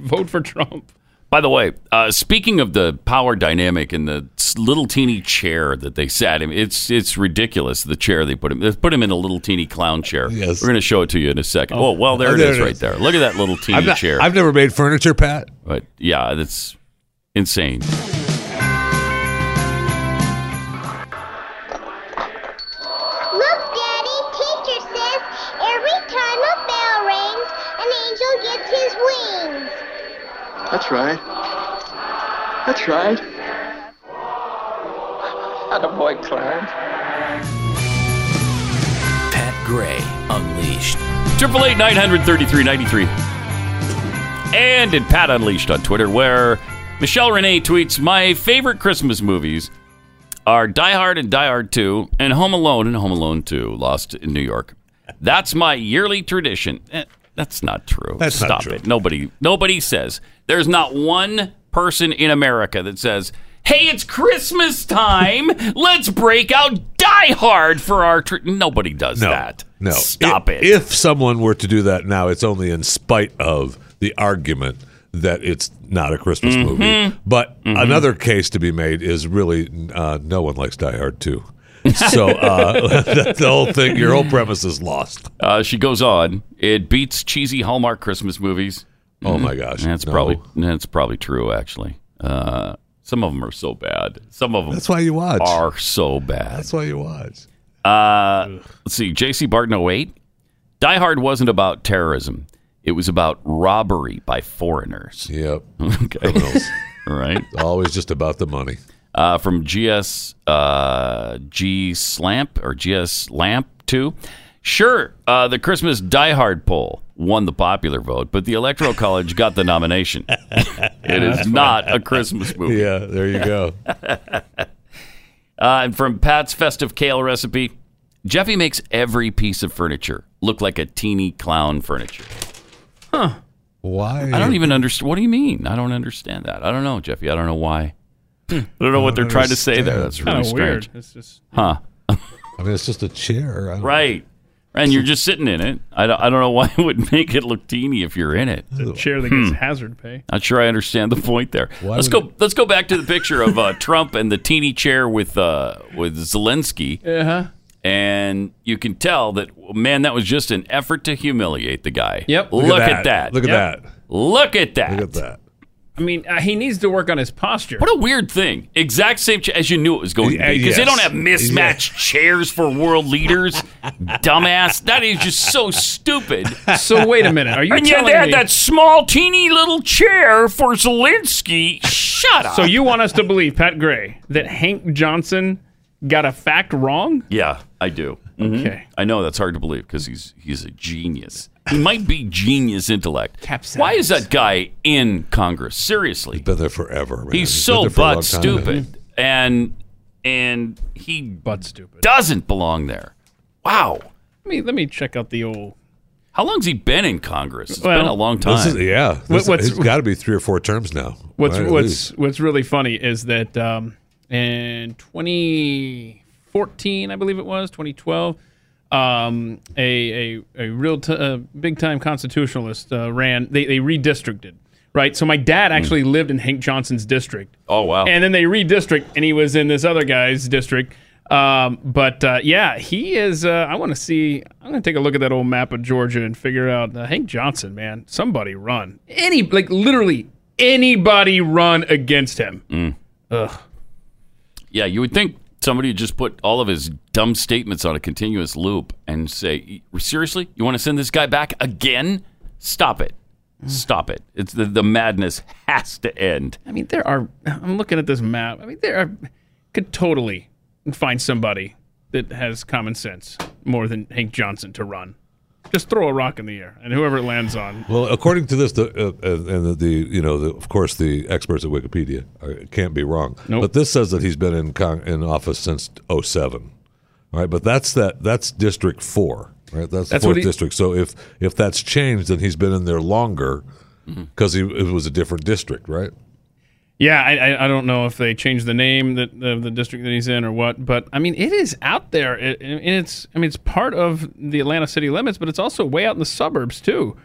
Vote for Trump.
By the way, uh, speaking of the power dynamic and the s- little teeny chair that they sat him, it's it's ridiculous. The chair they put him, they put him in a little teeny clown chair. Yes. we're going to show it to you in a second. Oh,
Oh.
well, there,
Oh,
it is, right there. Look at that little teeny
I've, not-
chair.
I've never made furniture, Pat.
but yeah, that's insane.
That's right. That's right. Attaboy, Clarence.
Pat Gray Unleashed.
Triple eight nine hundred thirty three ninety three. And at Pat Unleashed on Twitter, where Michelle Renee tweets, "My favorite Christmas movies are Die Hard and Die Hard Two, and Home Alone and Home Alone Two, Lost in New York. That's my yearly tradition." Eh, that's not true.
That's
Stop
not true.
it. Nobody, nobody says. There's not one person in America that says, "Hey, it's Christmas time. Let's break out Die Hard for our." Tr-. Nobody does that.
No.
Stop
if, it. If someone were to do that now, it's only in spite of the argument that it's not a Christmas
Mhm.
movie. But
Mhm.
another case to be made is really uh, no one likes Die Hard 2. So uh, the, the whole thing, your whole premise is lost.
Uh, she goes on. It beats cheesy Hallmark Christmas movies.
Oh, my gosh,
That's
no.
probably that's probably true. Actually, uh, some of them are so bad. Some of them
That's why you watch.
are so bad.
That's why you watch.
Uh, let's see. J.C. Barton 08. Die Hard wasn't about terrorism. It was about robbery by foreigners.
Yep.
Okay.
Criminals.
All right.
Always just about the money.
Uh, from GS uh, G Slamp or GS Lamp 2. Sure, uh, the Christmas Die Hard poll won the popular vote, but the Electoral College got the nomination. it is not a Christmas movie.
Yeah, there you go.
Uh, and from Pat's festive kale recipe, Jeffy makes every piece of furniture look like a teeny clown furniture.
Huh.
Why?
I don't even understand. What do you mean? I don't understand that. I don't know, Jeffy. I don't know why. I don't know what they're trying to say there. That's really
Kinda
strange.
weird. It's just-
huh?
I mean, it's just a chair. I don't-
Right. And you're just sitting in it. I don't, I don't know why it would make it look teeny if you're in it.
It's a chair that gets
Hmm.
hazard pay.
Not sure I understand the point there.
Why
let's
would
go. Let's go back to the picture of uh, Trump and the teeny chair with uh, with Zelensky.
Uh-huh.
and you can tell that man that was just an effort to humiliate the guy
Yep.
look, at, that.
Look at
Yep.
that.
look at that
Look at that.
I mean, uh, he needs to work on his posture.
what a weird thing exact same cha- as you knew it was going to
Uh,
Yeah,
be because they
Uh, yes.
don't have mismatched chairs for world leaders dumbass that is just so stupid
So wait a minute. Are you
and
telling
yet they had
me-
that small teeny little chair for Zelensky shut up
So you want us to believe, Pat Gray, that Hank Johnson got a fact wrong?
yeah I do Mm-hmm.
Okay.
I know that's hard to believe because he's he's a genius he might be genius intellect why is that guy in Congress seriously
Been there forever. Man.
He's
been
so
there for a long
butt
time.
stupid, and and he butt stupid doesn't belong there. Wow.
Let me let me check out the old.
How long's he been in Congress? It's
Well-
been a long time.
This is, yeah,
What-
this,
what's-
it's got to be three or four terms now.
What's
right, at
what's
least.
what's really funny is that um, in 2014, I believe it was 2012, um, a a a real t- uh, big time constitutionalist uh, ran. They they redistricted, right? So my dad
Hmm.
actually lived in Hank Johnson's district.
Oh wow.
And then they redistrict, and he was in this other guy's district. Um, but uh, yeah, he is. Uh, I want to see. I'm going to take a look at that old map of Georgia and figure out uh, Hank Johnson, man. Somebody run any like literally anybody run against him.
Mm.
Ugh.
Yeah, you would think somebody would just put all of his dumb statements on a continuous loop and say, "Seriously, you want to send this guy back again? Stop it."
Mm.
Stop it! It's the, the madness has to end.
I mean, there are. I'm looking at this map. I mean, there are could totally find somebody that has common sense more than Hank Johnson to run. Just throw a rock in the air, and whoever it lands on.
Well, according to this, the uh, and and the, the you know, the, of course, the experts at Wikipedia are, can't be wrong. But this says that he's been in con- in office since 07. All right, but that's that that's District Four, right? That's the
That's what
fourth
he-
district. So if if that's changed, then he's been in there longer
Mm-hmm.
because he it was a different district, right?
Yeah, I, I, I don't know if they changed the name that of the district that he's in or what, but I mean it is out there. It, and it's I mean it's part of the Atlanta city limits, but it's also way out in the suburbs too.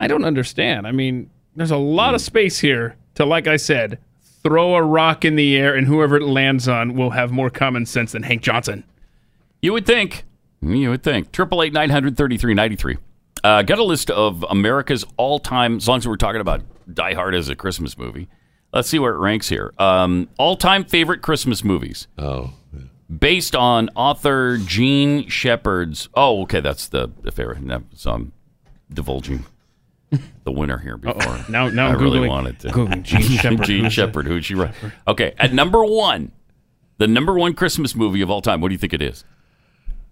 I don't understand. I mean, there's a lot of space here to, like I said, throw a rock in the air, and whoever it lands on will have more common sense than Hank Johnson.
You would think. You would think. Triple eight nine hundred thirty three ninety three. Uh, got a list of America's all time, as long as we're talking about Die Hard as a Christmas movie. Let's see where it ranks here. Um, all time favorite Christmas movies.
Oh.
Based on author Gene Shepard's. Oh, okay. That's the, the favorite. No, so I'm um, divulging the winner here before.
Now- now
I
I'm
really
Googling-
wanted to.
Googling Gene Shepherd.
Gene
Who's
Shepard. Who's she? Right. Okay, at number one, the number one Christmas movie of all time. What do you think it is?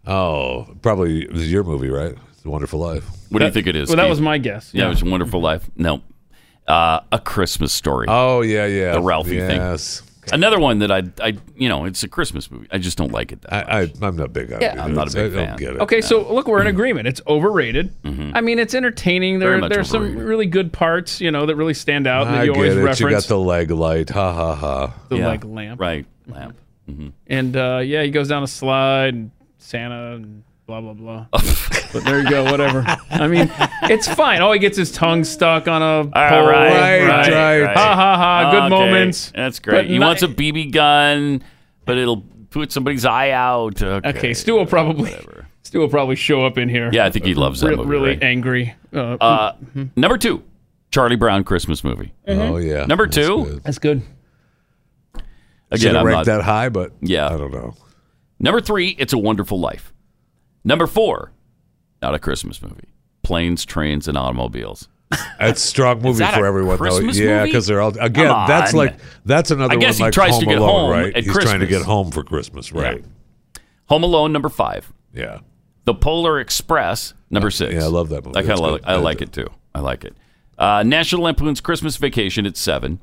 Oh, probably it was your movie, right? It's a Wonderful Life.
What do you think it is?
well, that
Keith?
was my guess,
Yeah,
yeah.
it was a Wonderful Life. No, uh, a Christmas story.
Oh yeah, yeah.
The Ralphie
Yes.
thing. Another one that I, I, you know, it's a Christmas movie. I just don't like it that I,
much. I, I'm not big on
Yeah. it.
I'm not a
I
big
don't
fan.
get Mm-hmm.
Okay, so look, we're in agreement. It's overrated. I mean, it's entertaining.
Very
There,
much
there's some
overrated.
really good parts, you know, that really stand out and that
I
you
get
always
it.
reference.
You got the leg light. Ha ha ha.
The Yeah. leg lamp.
Right. Lamp. Mm-hmm.
and uh, yeah, he goes down a slide, and Santa, and blah blah blah. but there you go. Whatever. I mean, it's fine. All he gets his tongue stuck on a pole. Ha ha ha. Good
Ah, Okay,
moments.
That's great.
But
he
not-
wants a BB gun, but it'll put somebody's eye out. Okay.
Okay, Stu will probably Stu will probably show up in here.
Yeah, I think he loves that
Re-
movie,
Really
right?
angry. Uh,
Uh, Number two, Charlie Brown Christmas movie.
Mhm. Oh,
yeah.
Number two.
That's good.
Again,
Should've
I'm
ranked
not-
that high, but
Yeah.
I don't know.
Number three, It's a Wonderful Life. Number four, not a Christmas movie. Planes, Trains, and Automobiles.
That's a strong movie
that
for
a
everyone,
Christmas
though. Yeah,
movie?
because they're all again.
Come
That's
on.
like that's another.
I guess
one
he
like
tries to
Home
get
Alone,
home
right?
at
He's trying to
Christmas.
get home for Christmas, right?
Home Alone, number five.
Yeah.
The Polar Express, number six. Yeah, I love that movie. I kind
That's
of like,
good.
I like it too. I like it. Uh, National Lampoon's Christmas Vacation at seven.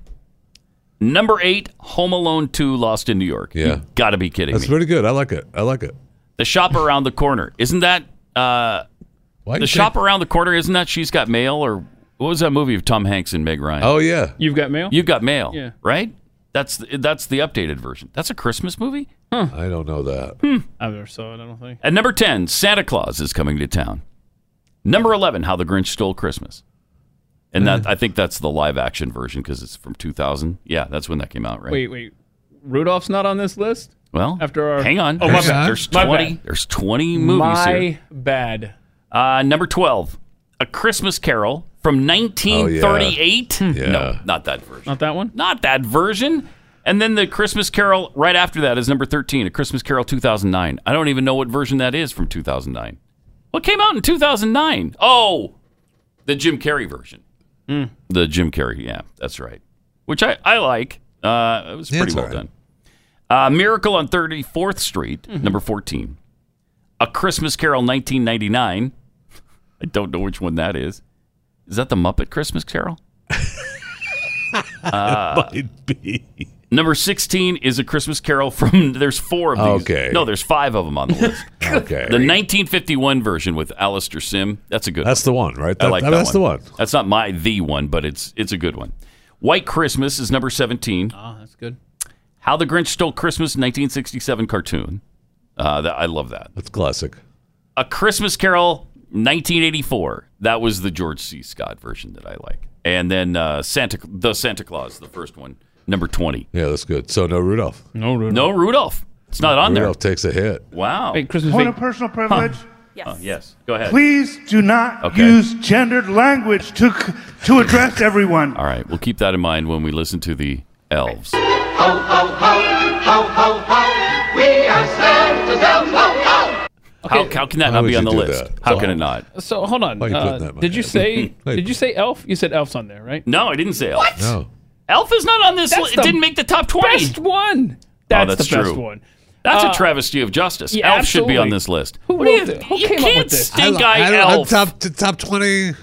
Number eight, Home Alone Two: Lost in New York.
Yeah.
you gotta be kidding
That's
me.
pretty good. I like it. I like it.
The Shop Around the Corner. Isn't that uh,
Why
the
you
Shop Around the Corner? Isn't that She's Got Mail or what was that movie of Tom Hanks and Meg Ryan?
Oh yeah.
You've got mail.
You've Got Mail.
Yeah.
Right. That's the, that's the updated version. That's a Christmas movie.
I don't know that.
Hmm.
I Hmm. never saw it. I don't think.
At number 10, Santa Claus is coming to town. Number 11, How the Grinch Stole Christmas. And
Eh.
that I think that's the live action version because it's from 2000. Yeah, that's when that came out, right?
Wait, wait. Rudolph's not on this list.
Well,
After our
hang on.
Oh, my
there's,
bad.
there's
My
20
bad.
there's 20 movies
My
here.
bad.
Uh, number 12, A Christmas Carol from 1938. No, not that version.
Not that one.
Not that version. And then the Christmas Carol right after that is number 13, A Christmas Carol 2009. I don't even know what version that is from 2009. What came out in 2009? Oh, the Jim Carrey version.
Mm.
The Jim Carrey, yeah, that's right. Which I, I like. Uh, it was
Yeah,
pretty
it's
well
all right.
done. Uh, Miracle on 34th Street,
Mm-hmm.
number 14. A Christmas Carol 1999. I don't know which one that is. Is that the Muppet Christmas Carol? Uh,
might be.
Number 16 is A Christmas Carol from, there's four of these.
Okay.
No, there's five of them on the list.
Okay.
The 1951 version with Alistair Sim. That's a good
That's the one, right?
I
That-
like that
that's the one.
That's not my the one, but it's it's a good one. White Christmas is number 17.
Ah, that's good.
How the Grinch Stole Christmas 1967 cartoon. Uh, that, I love that.
That's classic.
A Christmas Carol 1984. That was the George C. Scott version that I like. And then uh, Santa the Santa Claus, the first one, number 20.
Yeah, that's good. So no Rudolph.
No Rudolph.
No Rudolph. It's not on
Rudolph takes a hit.
there. Wow.
Hey, Christmas
Point
vac-
of personal privilege.
Yes. yes. Go ahead.
Please do not
Okay.
use gendered language to c- to address everyone.
All right. We'll keep that in mind when we listen to the elves.
Ho, ho, ho, ho, ho, ho. We are Santa's elves, ho, ho.
How, how can that
Why
not be
would
on
you
the
do
list?
that?
How can it not?
So hold on.
Why you
Uh,
putting that in my
did you
head?
say?
Wait.
did you say Elf? You said Elf's on there, right?
No, I didn't say elf. Oh, What?
No.
Elf is not on this
That's
list.
the
It didn't make the top 20.
Best one. That's,
oh, that's
the
true.
best one.
That's
Uh,
a travesty of justice.
yeah,
elf should be on
absolutely.
this list.
Who
What do
wrote
you-
this? Who
you
came up
can't
with this?
Stink
I
eye
don't-
elf.
I'm top top twenty. I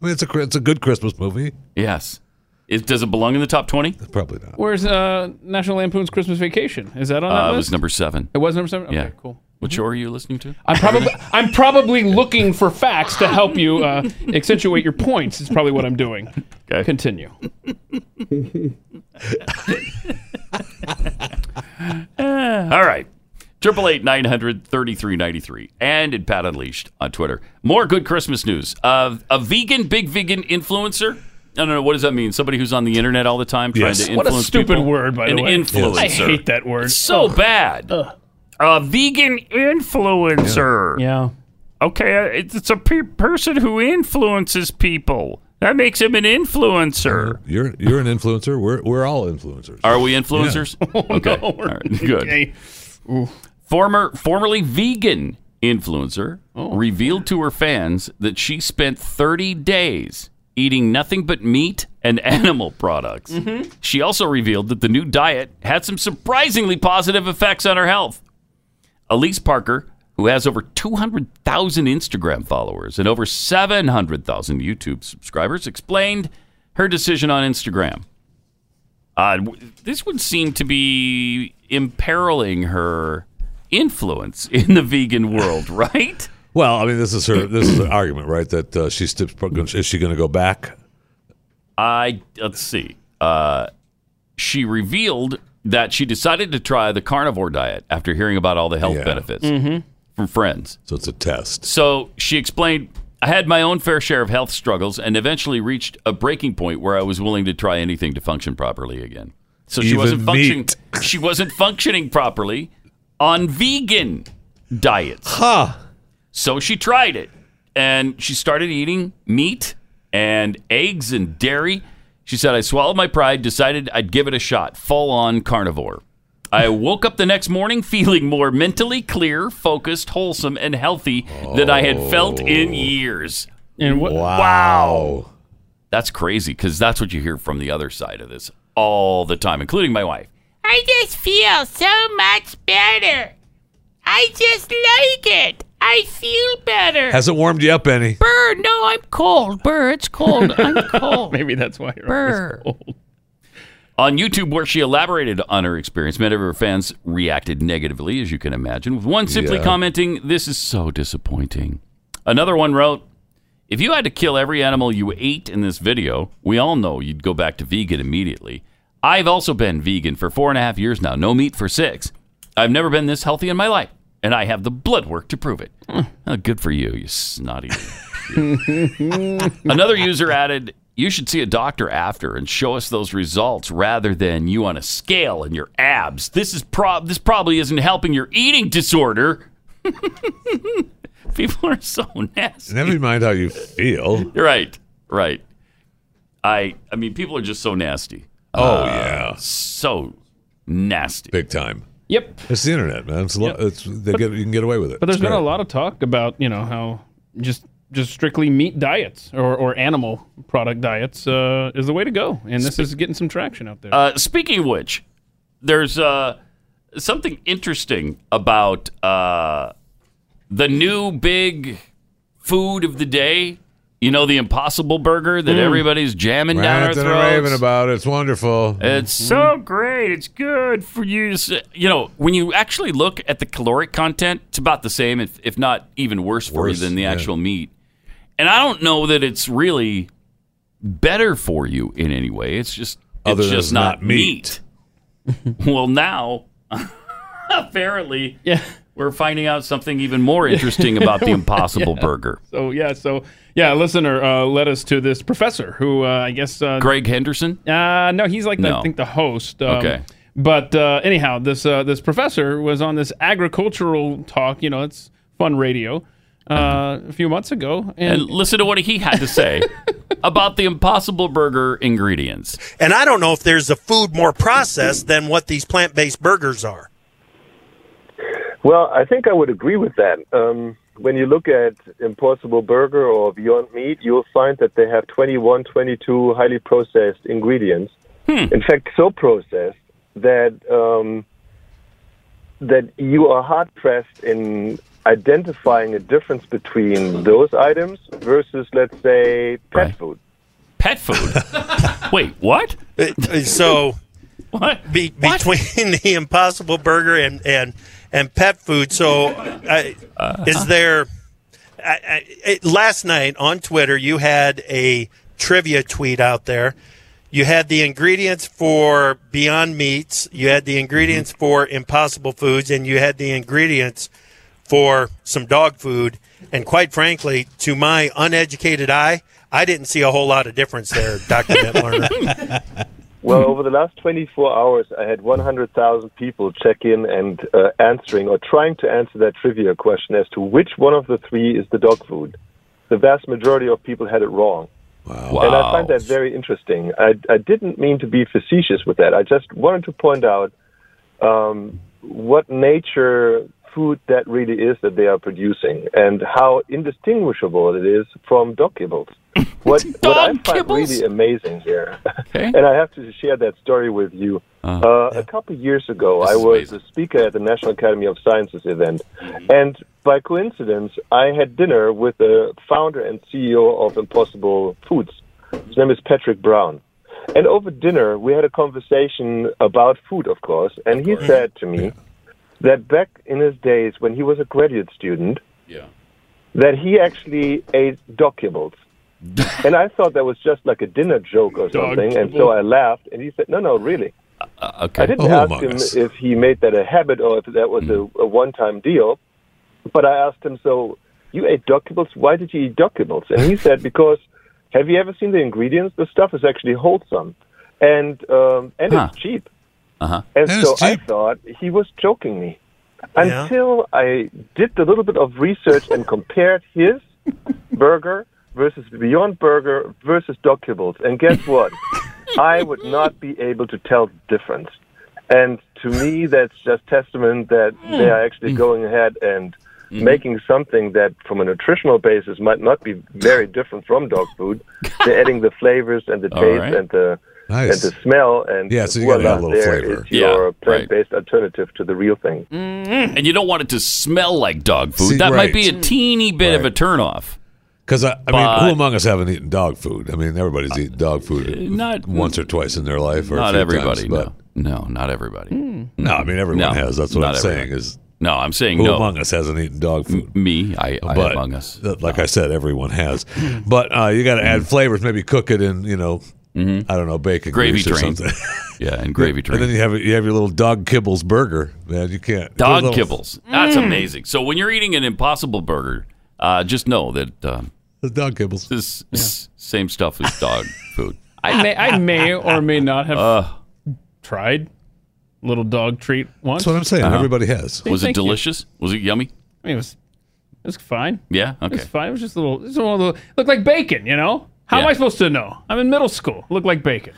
mean, it's a cr- it's a good Christmas movie.
Yes. Is, does it belong in the top 20?
Probably not.
Where's uh, National Lampoon's Christmas Vacation? Is that on that
Uh, it
list?
was number seven.
It was number seven. Okay,
yeah.
cool.
What show are you listening to?
I'm probably I'm probably looking for facts to help you uh, accentuate your points. Is probably what I'm doing.
Okay.
Continue.
All right. Triple eight nine hundred thirty three ninety three and at Pat Unleashed on Twitter. More good Christmas news. Uh, a vegan, big vegan influencer. I don't know what does that mean. Somebody who's on the internet all the time trying
Yes.
to
What a
influence.
stupid
people?
word, by the
An
way. Yes.
influencer.
I hate that word.
It's so bad. A vegan influencer.
Yeah.
Okay, uh, it's it's a pe- person who influences people. That makes him an influencer.
You're you're an influencer. We're we're all influencers.
Are we influencers? okay. All right. Good. Former formerly vegan influencer revealed to her fans that she spent 30 days eating nothing but meat and animal products.
Mhm.
She also revealed that the new diet had some surprisingly positive effects on her health. Elise Parker, who has over 200,000 Instagram followers and over 700,000 YouTube subscribers, explained her decision on Instagram. Uh, w- this would seem to be imperiling her influence in the vegan world, right?
Well, I mean, this is her. This is her argument, right? That uh, she steps. Is she going to go back?
I let's see. Uh, she revealed that she decided to try the carnivore diet after hearing about all the health benefits
Mm-hmm.
Mhm.
from friends.
So it's a test.
So she explained, "I had my own fair share of health struggles, and eventually reached a breaking point where I was willing to try anything to function properly again." So she
Even
wasn't functioning.
meat.
She wasn't functioning properly on vegan diets.
Huh.
So she tried it, and she started eating meat and eggs and dairy. She said, "I swallowed my pride, decided I'd give it a shot, full on carnivore." I woke up the next morning feeling more mentally clear, focused, wholesome, and healthy than I had felt
Oh.
in years.
And what-
Wow. That's crazy because that's what you hear from the other side of this all the time, including my wife.
I just feel so much better. I just like it. I feel better.
Has it warmed you up any?
Burr, no, I'm cold. Burr, it's cold. I'm cold.
Maybe that's why you're always
Burr.
cold.
On YouTube, where she elaborated on her experience, many of her fans reacted negatively, as you can imagine, with one simply
Yeah.
commenting, This is so disappointing. Another one wrote, If you had to kill every animal you ate in this video, we all know you'd go back to vegan immediately. I've also been vegan for four and a half years now, no meat for six. I've never been this healthy in my life, and I have the blood work to prove it. Oh, good for you, you snotty. Another user added, "You should see a doctor after and show us those results rather than you on a scale and your abs. This is prob this probably isn't helping your eating disorder." People are so nasty.
Never mind how you feel.
Right, right. I I mean, people are just so nasty. Uh,
Oh, yeah.
so nasty,
big time.
Yep.
It's the internet, man. It's, a lot, it's they
But-
get you can get away with it.
But there's
It's
been a
great.
lot of talk about you know how just just strictly meat diets or, or animal product diets uh, is the way to go, and this is getting some traction out there.
Uh, speaking of which, there's uh, something interesting about uh, the new big food of the day. You know, the Impossible Burger that
Mm.
everybody's jamming down our
Ranting and raving
throats.
about it. It's wonderful.
It's so great. It's good for you. to say- You know, when you actually look at the caloric content, it's about the same, if, if not even worse for
Worse,
you than the
yeah.
actual meat. And I don't know that it's really better for you in any way. It's just
Other
it's
than
just
it's
not,
not meat.
meat. well, now apparently, yeah, we're finding out something even more interesting about the Impossible
Yeah.
Burger.
So yeah, so yeah, a listener uh, led us to this professor who uh, I guess uh,
Greg Henderson.
Uh, no, he's like the-
No.
I think the host. um,
Okay.
But uh, anyhow, this uh, this professor was on this agricultural talk. You know, it's fun radio. Uh, a few months ago,
And listen to what he had to say about the Impossible Burger ingredients.
And I don't know if there's a food more processed than what these plant based burgers are.
Well, I think I would agree with that. Um, when you look at Impossible Burger or Beyond Meat, you'll find that they have 21, 22 highly processed ingredients. In fact, so processed that um, that you are hard pressed in identifying a difference between those items versus, let's say, pet food.
Pet food. Wait, what?
So,
what?
Be, between the Impossible Burger and and and pet food. So, I,
Uh-huh.
is there? I, I, it, last night on Twitter, you had a trivia tweet out there. You had the ingredients for Beyond Meats. You had the ingredients
Mm-hmm.
for Impossible Foods, and you had the ingredients for some dog food. And quite frankly, to my uneducated eye, I didn't see a whole lot of difference there, Doctor Bitlerner.
Hmm.
Well, over the last 24 hours, I had 100,000 people check in and uh, answering or trying to answer that trivia question as to which one of the three is the dog food. The vast majority of people had it wrong.
Wow.
And I find that very interesting. I, I didn't mean to be facetious with that. I just wanted to point out um, what nature food that really is that they are producing and how indistinguishable it is from dog kibbles. What, what I find really amazing here, and I have to share that story with you. Uh, a couple years ago, I was a speaker at the National Academy of Sciences event, and by coincidence, I had dinner with the founder and CEO of Impossible Foods. His name is Patrick Brown. And over dinner, we had a conversation about food, of course, and he said to me that back in his days when he was a graduate student,
Yeah.
that he actually ate dog kibbles. and I thought that was just like a dinner joke or something, and so
kibble.
I laughed, and he said, "No, no, really."
okay.
I didn't
Oh, Mm.
ask
Among
him
Us.
if he made that a habit or if that was a, a one-time deal, but I asked him, "So you ate dog kibbles? Why did you eat dog kibbles?" And he said, "Because have you ever seen the ingredients? The stuff is actually wholesome, and um, and it's cheap."
Uh-huh.
And so I thought he was joking me. Until I did a little bit of research and compared his burger versus Beyond Burger versus Dog Kibbles. And guess what? I would not be able to tell the difference. And to me, that's just testament that
Mm.
they are actually going ahead and
Mm-hmm.
making something that, from a nutritional basis, might not be very different from dog food. They're adding the flavors and the
All
taste
right.
and the
Nice.
and the smell and
Yeah, so you
voila,
gotta add a little
there
flavor.
is your
Yeah, right.
plant-based alternative to the real thing.
Mm-hmm. And you don't want it to smell like dog food.
See,
that might
right.
be a teeny bit of a turnoff.
Because I, I
But- Uh,
mean, who among us haven't eaten dog food? I mean, everybody's eaten dog food
not-
once or twice in their life, or a
Not
few
everybody.
times,
no. no, not everybody.
Hmm.
No, I mean everyone
No,
has. That's what
not
I'm
everyone.
saying is
No, I'm saying
who
no.
among us hasn't eaten dog food?
me, I, I
but
among us.
th- like I said, everyone has. But uh, you got to
Hmm.
add flavors. Maybe cook it in you know, I don't know, bacon
Mm-hmm. Gravy
grease or
train.
something.
Yeah, and gravy train.
And then you have you have your little dog kibbles burger. Man, you can't
Dog
little-
kibbles. That's amazing. So when you're eating an Impossible Burger, uh, just know that uh,
the dog kibbles.
This is same stuff as dog food.
I may, I may or may not have
Uh.
tried little dog treat once.
That's what I'm saying.
Uh-huh.
Everybody has.
Was it
Thank you.
delicious? Was it yummy?
I mean, it was it was fine.
Yeah.
It
Okay.
was fine. It was just a little. It was one of the looked like bacon. You know. How am
Yeah.
I supposed to know? I'm in middle school. Looked like bacon.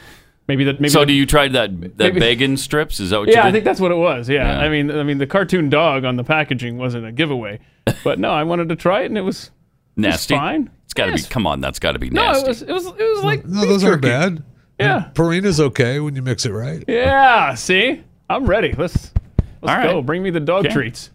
Maybe that. Maybe
so
that-
do you try that that
maybe-
bacon strips? Is that what you
yeah,
did?
I think that's what it was. Yeah.
Yeah.
I mean, I mean, the cartoon dog on the packaging wasn't a giveaway, but no, I wanted to try it, and it was it was
nasty.
fine.
It's got to be. Come on, that's got to be
No,
nasty.
it was. It was. It was like.
No, those aren't bad.
Yeah.
Farina's okay when you mix it right.
Yeah. See, I'm ready. Let's let's
All right.
go. Bring me the dog
Okay.
treats.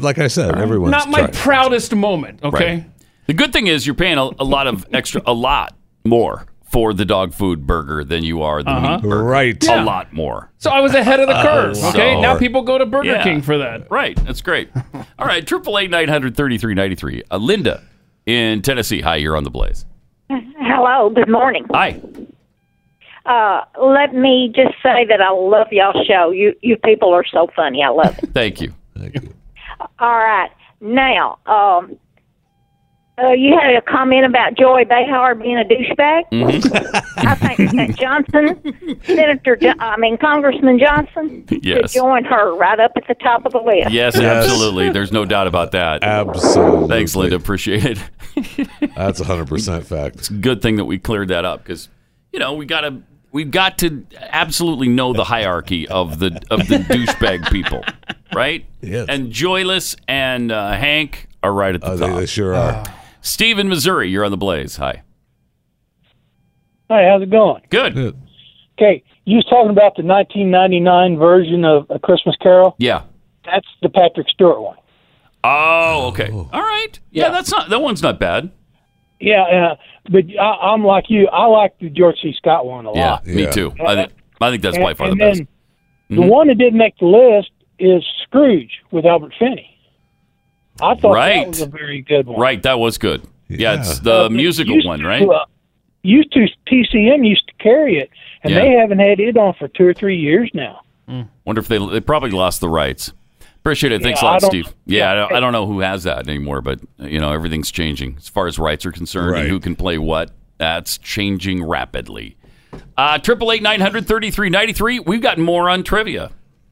Like I said, everyone's
Not my
tried.
proudest moment. Okay.
Right. The good thing is you're paying a, a lot of extra, a lot more for the dog food burger than you are the
Uh-huh.
meat burger.
Right.
Yeah.
A lot more.
So I was ahead of the curve.
Oh,
okay.
wow.
Now people go to Burger
Yeah.
King for that.
Right. That's great. All right. Triple eight nine hundred thirty three ninety three. Uh, Linda in Tennessee. Hi, you're on the blaze.
Hello, good morning.
Hi.
Uh, let me just say that I love y'all show. You you people are so funny. I love it.
Thank you.
All right. Now, um, uh, you had a comment about Joy Behar being a douchebag.
Mm-hmm.
Mm-hmm.
I think that Johnson, Senator, jo- I mean Congressman Johnson,
Yes.
should join her right up at the top of the list.
Yes, absolutely. There's no doubt about that.
Absolutely.
Thanks, Linda. Appreciate it.
That's 100% fact. It's
a good thing that we cleared that up because you know we gotta we've got to absolutely know the hierarchy of the of the douchebag people, right?
Yes. Oh,
And Joyless and uh, Hank are right at the top.
they, they sure are.
Steve in Missouri, you're on the blaze. Hi.
Hi, how's it going?
Good.
Okay, you was talking about the 1999 version of A Christmas Carol.
Yeah.
That's the Patrick Stewart one.
Oh, okay. All right. Yeah.
Yeah.
that's not that one's not bad.
Yeah, uh, but I, I'm like you. I like the George C. Scott one a lot.
Yeah, me too. I think I think that's by
And-
far the
and
best.
then The
Mhm.
one that didn't make the list is Scrooge with Albert Finney. I thought
Right.
that was a very good one.
Right, that was good. Yeah, it's the musical
Used
one,
to,
right?
uh, used to TCM used to carry it, and
Yeah.
they haven't had it on for two or three years now.
Wonder if they they probably lost the rights. Appreciate it. Thanks
Yeah,
a
I
lot,
don't-
Steve. Yeah, I, don't, I don't know who has that anymore, but you know everything's changing as far as rights are concerned and who can play what. That's changing rapidly. Uh, Triple eight nine hundred thirty three ninety three. We've got more on trivia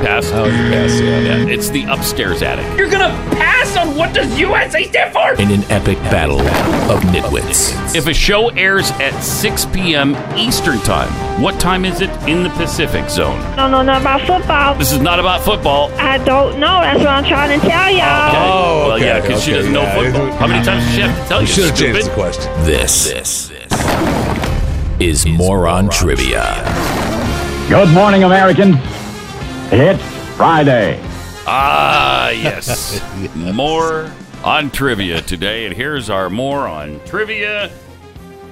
Pass. Oh, you pass. Yeah. It's the upstairs attic.
You're gonna pass on what does USA stand for?
In an epic battle of nitwits.
If a show airs at 6 p.m. Eastern Time, what time is it in the Pacific Zone?
No, no, not about football.
This is not about football.
I don't know. That's what I'm trying to tell y'all.
Oh, well, yeah, because she
okay,
doesn't know
yeah.
football. How many times does she have to tell you?
should have changed
stupid?
the question.
This, this, is, moron, trivia.
Good morning, American. It's Friday.
Ah, yes. More on trivia today. And here's our more on trivia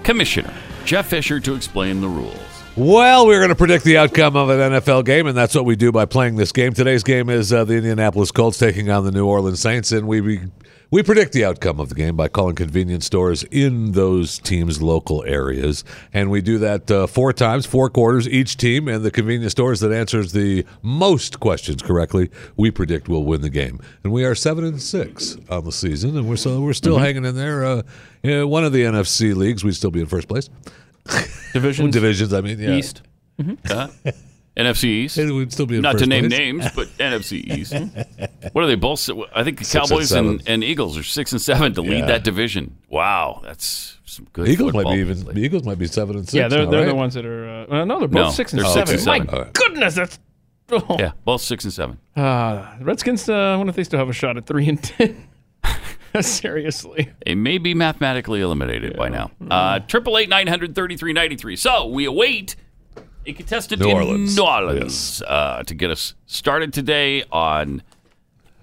commissioner, Jeff Fisher, to explain the rules.
Well, we're going to predict the outcome of an NFL game, and that's what we do by playing this game. Today's game is uh, the Indianapolis Colts taking on the New Orleans Saints, and we, we we predict the outcome of the game by calling convenience stores in those teams' local areas, and we do that uh, four times, four quarters each team, and the convenience stores that answers the most questions correctly, we predict will win the game. And we are seven and six on the season, and we're so we're still
Mhm.
hanging in there. Uh, in one of the NFC leagues, we'd still be in first place. Divisions, divisions. I mean, yeah.
East. Huh? NFC East.
we'd still be in
Not to
first
name
place. Mm-hmm.
names, but NFC East. What are they both? I think the
Six and
Cowboys
seven.
and, and Eagles are six and seven to
Yeah.
lead that division. Wow, that's some good.
Eagles might
football.
be even. The Eagles might be seven and six.
yeah, they're,
now,
they're
right?
the ones that are. Uh, well, no, they're both
No,
six and
they're
seven.
six and seven.
My
All right.
goodness, that's. Oh.
Yeah, both six and seven.
Uh, the Redskins. Uh, I wonder if they still have a shot at three and ten. Seriously.
It may be mathematically eliminated by now. Uh, Triple eight nine hundred thirty three ninety three. So we await a contestant
New
in
Orleans.
New Orleans uh, to get us started today on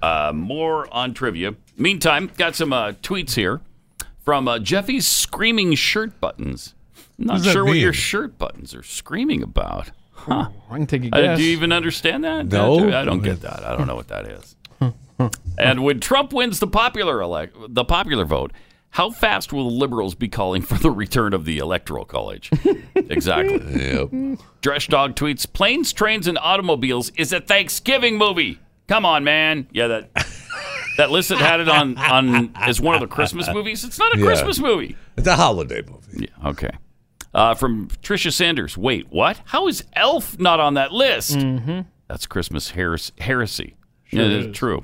uh, more on trivia. Meantime, got some uh, tweets here from uh, Jeffy's screaming shirt buttons.
What
Not
does that
sure what
mean?
your shirt buttons are screaming about. Huh?
Oh, I can take a
Uh,
guess.
do you even understand that? Uh,
No.
I don't get that. I don't know what that is. and when Trump wins the popular elect, the popular vote, how fast will the liberals be calling for the return of the electoral college? exactly.
Yep.
Dresh Dog tweets: Planes, trains, and automobiles is a Thanksgiving movie. Come on, man. Yeah, that that list that had it on on is one of the Christmas movies. It's not a
Yeah.
Christmas movie.
It's a holiday movie.
Yeah. Okay. Uh, from Trisha Sanders. Wait, what? How is Elf not on that list?
Mhm.
That's Christmas heres- heresy.
Sure
Yeah,
it
it's
is.
True.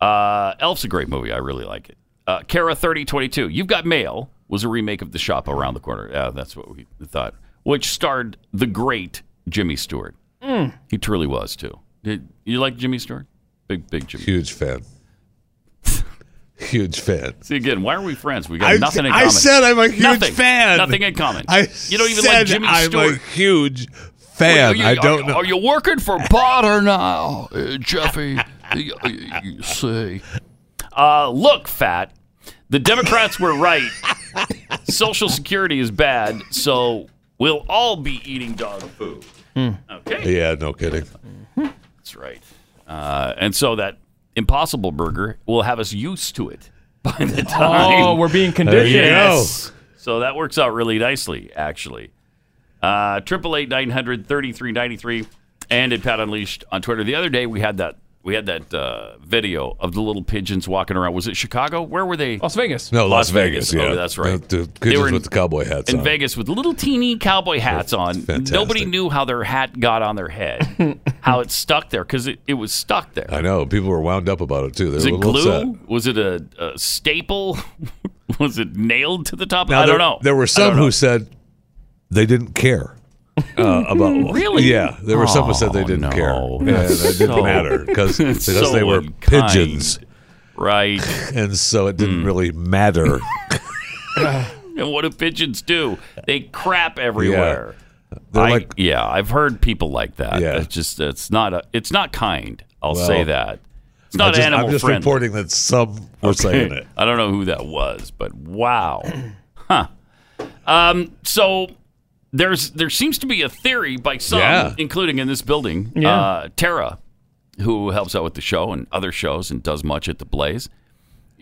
Uh, Elf's a great movie. I really like it. Uh, Kara thirty twenty two. You've got mail was a remake of The Shop Around the Corner. Yeah, that's what we thought, which starred the great Jimmy Stewart.
Mm.
He truly was too. Did you like Jimmy Stewart? Big big Jimmy.
Huge fan. Huge fan.
See again, why are we friends? We got
I-
nothing in
I
common.
said I'm a huge
Nothing.
fan.
Nothing in common.
I
you don't even like
said
Jimmy
I'm
Stewart.
a huge fan.
Wait, are you-
I
are,
don't know.
Are you working for Potter now, uh, Jeffy? you, you see. Uh, look, fat. The Democrats were right. Social Security is bad, so we'll all be eating dog food. Okay.
Hmm. Yeah, no kidding.
That's right. Uh, and so that Impossible Burger will have us used to it. by the time.
Oh, we're being conditioned. There you
Yes. So that works out really nicely, actually. Uh, Triple eight nine hundred thirty three ninety three, and at Pat Unleashed on Twitter. The other day we had that we had that uh, video of the little pigeons walking around. Was it Chicago? Where were they?
Las Vegas.
No, Las, Vegas. yeah,
Oh, that's right.
The, the
They
pigeons
were in-
with the cowboy hats
in
on.
Vegas with little teeny cowboy hats on. Nobody knew how their hat got on their head, how it stuck there because it, it was stuck there.
I know people were wound up about it too. They
Was
were
it
a little
glue?
upset.
Was it a, a staple? was it nailed to the top?
Now,
I
there,
don't know.
There
I
were
don't
some
know.
who said they didn't care uh, about.
Really?
Yeah, there were some who said they didn't care, and
Oh, That's
it didn't
so-
matter because
that's
because
so
they were
unkind. Hmm.
pigeons,
right?
And so it didn't really matter.
And what do pigeons do? They crap everywhere.
They're
I-
like-
yeah, I've heard people like that. Yeah. It's just it's not a, it's not kind. I'll
Well,
say that. It's
I
not
just,
animal
I'm just
friendly.
reporting that some were
Okay.
saying it.
I don't know who that was, but wow. huh. Um, so there's there seems to be a theory by some,
Yeah.
including in this building,
Yeah.
uh, Tara, who helps out with the show and other shows and does much at the Blaze.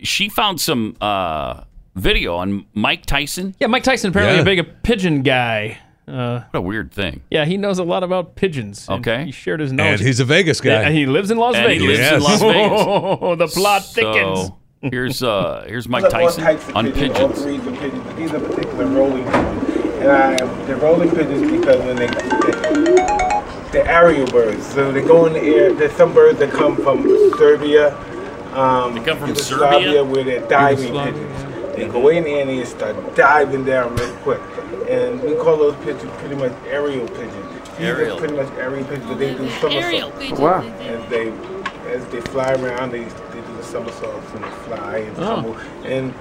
She found some uh, video on Mike Tyson.
Yeah, Mike Tyson apparently
Yeah.
a big a pigeon guy. Uh,
What a weird thing.
yeah, he knows a lot about pigeons. and
Okay.
he shared his knowledge.
he's a Vegas guy.
Yeah, and he lives in Las
And he
Vegas.
lives in Las Vegas.
Oh, the plot thickens.
So here's uh, here's Mike Tyson on pigeons.
All breeds of pigeons, but these are particular rolling pigeons. And I, they're rolling pigeons because when they, they're aerial birds, so they go in the air. There's some birds that come from Serbia, um, they come
from Serbia?
where they're diving Yugoslavia, pigeons. They go in there and they start diving down real quick, and we call those pigeons pretty much aerial pigeons. These are Aerial. pretty much aerial pigeons, but they do Aerial somersaults. pigeons. Wow. As they as they fly around, they, they do the somersaults and they fly and Oh. tumble. And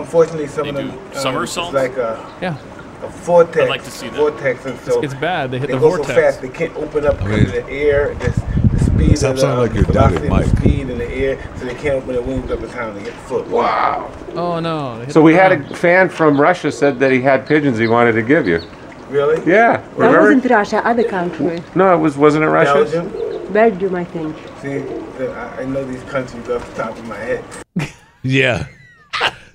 unfortunately, some of them um, it's somersaults? like a
yeah.
a vortex. I'd like to see that. Vortex, and so
It's bad. They hit the
go so
vortex.
fast they can't open up
I
because of the air. Just the speed
Stop
of the,
sounding like you're
velocity
doubting
and the
uh, Mike.
speed in the air, so they can't open their wings up in time to get the foot.
Wow. Oh no. They hit
So
the
we had
ground.
a fan from Russia said that he had pigeons he wanted to give you.
Really?
Yeah.
That
Remember?
wasn't Russia, other country.
No, it was wasn't it Russia?
Belgium?
Belgium, I think.
See, the- I, I know these countries off the top of my head.
Yeah.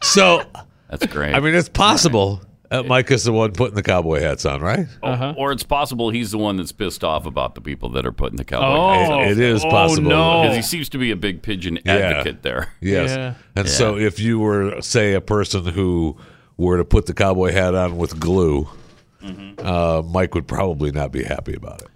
So
that's great.
I mean, it's possible. that Mike is the one putting the cowboy hats on, right?
Oh, Or it's possible he's the one that's pissed off about the people that are putting the cowboy.
Oh.
hats on.
It- it is Oh, possible. no.
because he seems to be a big pigeon advocate there.
Yes. And so if you were, say, a person who were to put the cowboy hat on with glue,
Mm-hmm.
uh, Mike would probably not be happy about it.